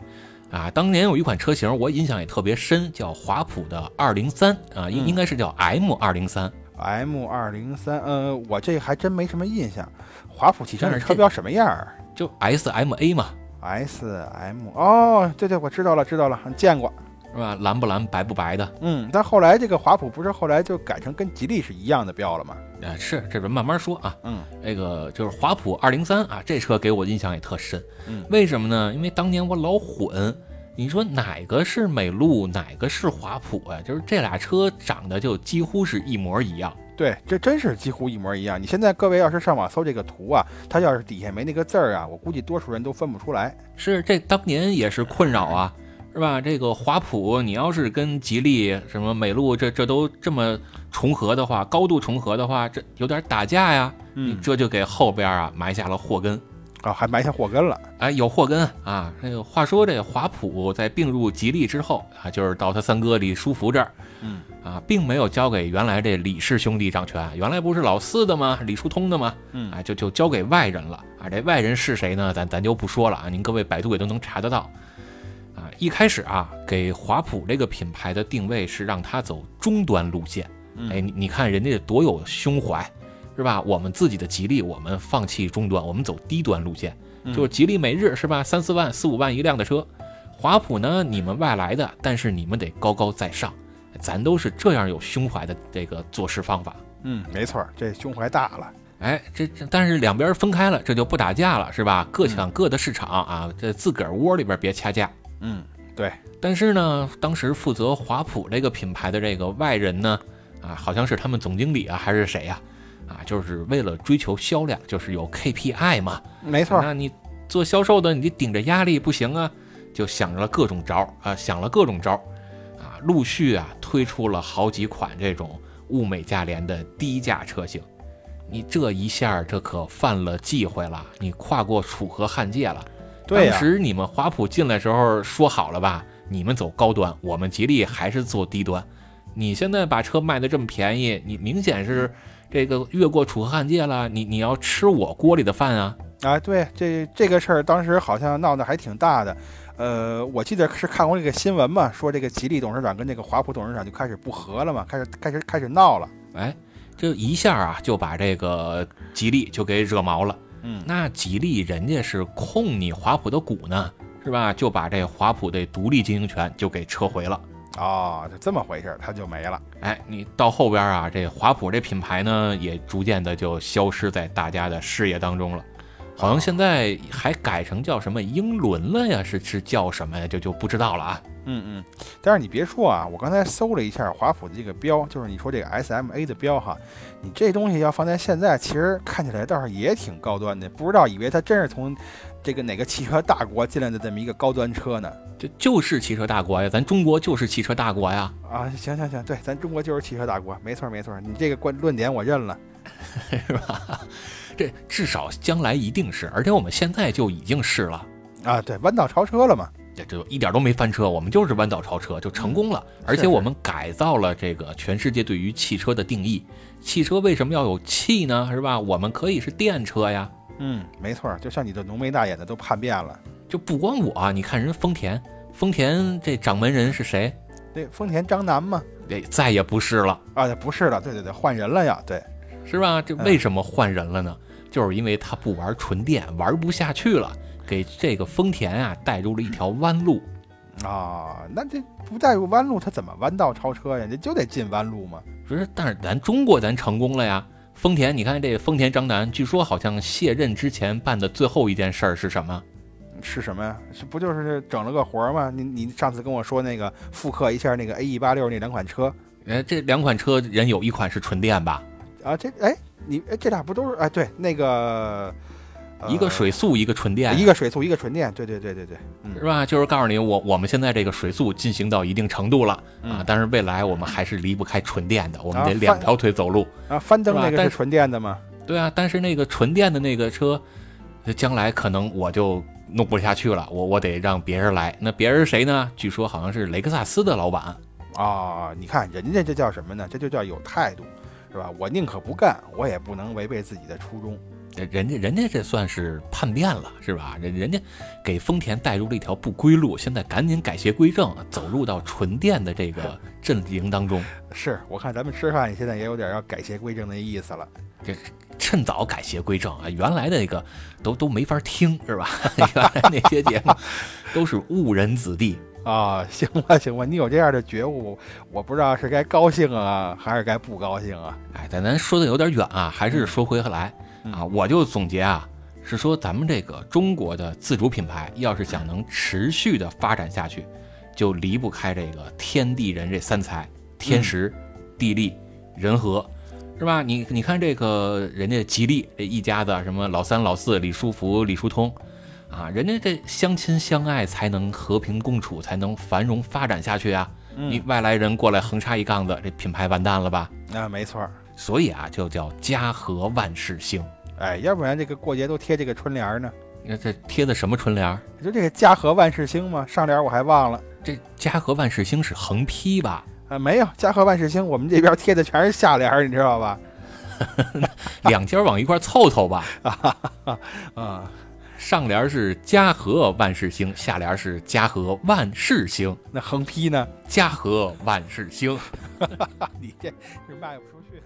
Speaker 1: 啊，当年有一款车型我印象也特别深，叫华普的二零三啊，应
Speaker 2: 嗯
Speaker 1: 应该是叫 M 二零三。
Speaker 2: M 二零三，呃，我这还真没什么印象。华普汽车
Speaker 1: 但
Speaker 2: 是
Speaker 1: 是
Speaker 2: 车标什么样儿
Speaker 1: 就 S M A 嘛，
Speaker 2: ？S M 哦，对对，我知道了，知道了，见过。
Speaker 1: 是吧？蓝不蓝，白不白的，
Speaker 2: 嗯，但后来这个华普不是后来就改成跟吉利是一样的标了吗？
Speaker 1: 啊，是这边慢慢说啊。
Speaker 2: 嗯，
Speaker 1: 那个就是华普二零三啊，这车给我印象也特深。
Speaker 2: 嗯
Speaker 1: 为什么呢？因为当年我老混，你说哪个是美露，哪个是华普啊？就是这俩车长得就几乎是一模一样。
Speaker 2: 对，这真是几乎一模一样。你现在各位要是上网搜这个图啊，它要是底下没那个字儿啊，我估计多数人都分不出来。
Speaker 1: 是这当年也是困扰啊，是吧？这个华普，你要是跟吉利、什么美露这这都这么重合的话，高度重合的话，这有点打架呀。
Speaker 2: 嗯
Speaker 1: 你这就给后边啊埋下了祸根。
Speaker 2: 啊，还埋下祸根了。
Speaker 1: 哎，有祸根啊！这个话说，这华普在并入吉利之后啊，就是到他三哥李书福这儿
Speaker 2: 嗯，
Speaker 1: 啊，并没有交给原来这李氏兄弟掌权，原来不是老四的吗？李叔通的吗？
Speaker 2: 嗯
Speaker 1: 啊，就就交给外人了啊。这外人是谁呢？咱咱就不说了啊，您各位百度也都能查得到。啊，一开始啊，给华普这个品牌的定位是让它走终端路线。
Speaker 2: 嗯
Speaker 1: 哎，你你看人家多有胸怀，是吧？我们自己的吉利，我们放弃终端，我们走低端路线，
Speaker 2: 嗯
Speaker 1: 就是吉利每日是吧？三四万、四五万一辆的车，华普呢，你们外来的，但是你们得高高在上，咱都是这样有胸怀的这个做事方法。
Speaker 2: 嗯，没错儿，这胸怀大了。
Speaker 1: 哎，这这，但是两边分开了，这就不打架了，是吧？各抢各的市场啊，这自个儿窝里边别掐架。
Speaker 2: 嗯，对，
Speaker 1: 但是呢，当时负责华普这个品牌的这个外人呢，啊，好像是他们总经理啊，还是谁呀、啊？就是为了追求销量，就是有 KPI 嘛。
Speaker 2: 没错儿。
Speaker 1: 那你做销售的，你顶着压力不行啊，就想了各种招儿啊，想了各种招儿啊，陆续啊推出了好几款这种物美价廉的低价车型。你这一下儿这可犯了忌讳了，你跨过楚河汉界了。
Speaker 2: 对呀、
Speaker 1: 当时你们华普进来时候说好了吧，你们走高端，我们吉利还是做低端。你现在把车卖的这么便宜，你明显是这个越过楚河汉界了，你你要吃我锅里的饭啊！
Speaker 2: 啊，对，这这个事儿当时好像闹得还挺大的。呃，我记得是看过这个新闻嘛，说这个吉利董事长跟这个华普董事长就开始不和了嘛，开始开始开始闹了。
Speaker 1: 哎，这一下啊就把这个吉利就给惹毛了。
Speaker 2: 嗯
Speaker 1: 那吉利人家是控你华普的股呢，是吧？就把这华普的独立经营权就给撤回了。
Speaker 2: 哦，就这么回事儿，他就没了。
Speaker 1: 哎，你到后边啊，这华普这品牌呢，也逐渐的就消失在大家的视野当中了。好像现在还改成叫什么英伦了呀？是是叫什么呀？就就不知道了啊。
Speaker 2: 嗯嗯，但是你别说啊，我刚才搜了一下华普的这个标，就是你说这个 S M A 的标哈，你这东西要放在现在，其实看起来倒是也挺高端的，不知道以为它真是从这个哪个汽车大国进来的这么一个高端车呢。
Speaker 1: 就就是汽车大国呀，咱中国就是汽车大国呀，
Speaker 2: 啊，行行行，对，咱中国就是汽车大国，没错儿没错儿，你这个观论点我认了。
Speaker 1: 是吧？这至少将来一定是，而且我们现在就已经是了。
Speaker 2: 啊，对，弯道超车了嘛？
Speaker 1: 这这一点都没翻车，我们就是弯道超车就成功了，而且
Speaker 2: 嗯是
Speaker 1: 我们改造了这个全世界对于汽车的定义。汽车为什么要有气呢？是吧？我们可以是电车呀，
Speaker 2: 嗯，没错儿，就像你这浓眉大眼的都叛变了。
Speaker 1: 就不光我，啊你看人丰田，丰田这掌门人是谁？
Speaker 2: 对，丰田章男嘛，
Speaker 1: 也再也不是了，
Speaker 2: 啊，不是了，对对对，换人了呀，对，
Speaker 1: 是吧？这
Speaker 2: 嗯
Speaker 1: 为什么换人了呢？就是因为他不玩纯电，玩不下去了，给这个丰田啊带入了一条弯路。
Speaker 2: 啊，那这不带入弯路，他怎么弯道超车呀？你就得进弯路嘛。
Speaker 1: 不是，但是咱中国咱成功了呀。丰田，你看这丰田章男，据说好像卸任之前办的最后一件事儿是什么？
Speaker 2: 是什么呀？是不就是整了个活儿吗？你你上次跟我说那个复刻一下那个 A E 八六那两款车
Speaker 1: 呃，这两款车人有一款是纯电吧，
Speaker 2: 啊，这哎你哎这俩不都是哎对那个、呃
Speaker 1: 一个水速，一个纯电，
Speaker 2: 一个水速一个纯电，对对对对对，嗯
Speaker 1: 是吧？就是告诉你，我我们现在这个水速进行到一定程度了啊
Speaker 2: 嗯，
Speaker 1: 但是未来我们还是离不开纯电的，我们
Speaker 2: 啊
Speaker 1: 得
Speaker 2: 翻
Speaker 1: 两条腿走路。
Speaker 2: 啊翻灯
Speaker 1: 是吧
Speaker 2: 那个
Speaker 1: 但
Speaker 2: 是
Speaker 1: 是
Speaker 2: 纯电的吗？
Speaker 1: 对啊，但是那个纯电的那个车，将来可能我就弄不下去了，我我得让别人来。那别人是谁呢？据说好像是雷克萨斯的老板。
Speaker 2: 啊，你看人家这叫什么呢？这就叫有态度，是吧？我宁可不干，我也不能违背自己的初衷。
Speaker 1: 人家人家这算是叛变了，是吧？人人家给丰田带入了一条不归路，现在赶紧改邪归正，走入到纯电的这个阵营当中，
Speaker 2: 是我看咱们吃饭现在也有点要改邪归正的意思了。
Speaker 1: 趁早改邪归正啊！原来那个都都没法听，是吧？ (laughs) 原来那些节目都是误人子弟，
Speaker 2: 啊，行吧，行吧，你有这样的觉悟，我不知道是该高兴啊，还是该不高兴啊。
Speaker 1: 哎，但咱说的有点远啊，还是说回来
Speaker 2: 嗯
Speaker 1: 啊，我就总结啊，是说咱们这个中国的自主品牌，要是想能持续的发展下去，就离不开这个天地人这三才，天时、地利、人和，是吧？你你看这个人家吉利这一家子，什么老三、老四、李书福、李书通。啊，人家这相亲相爱才能和平共处，才能繁荣发展下去啊！你外来人过来横插一杠子，这品牌完蛋了吧？
Speaker 2: 啊，没错儿，
Speaker 1: 所以啊，就叫家和万事兴。
Speaker 2: 哎，要不然这个过节都贴这个春联儿呢，
Speaker 1: 那这贴的什么春联儿？
Speaker 2: 就这个家和万事兴嘛。上联儿我还忘了
Speaker 1: 这家和万事兴是横批吧？
Speaker 2: 啊，没有家和万事兴，我们这边贴的全是下联儿，你知道吧？
Speaker 1: 两家往一块儿凑凑吧。
Speaker 2: 啊，
Speaker 1: 上联儿是家和万事兴，下联儿是家和万事兴，
Speaker 2: 那横批呢？
Speaker 1: 家和万事兴。
Speaker 2: 你这是卖不出去。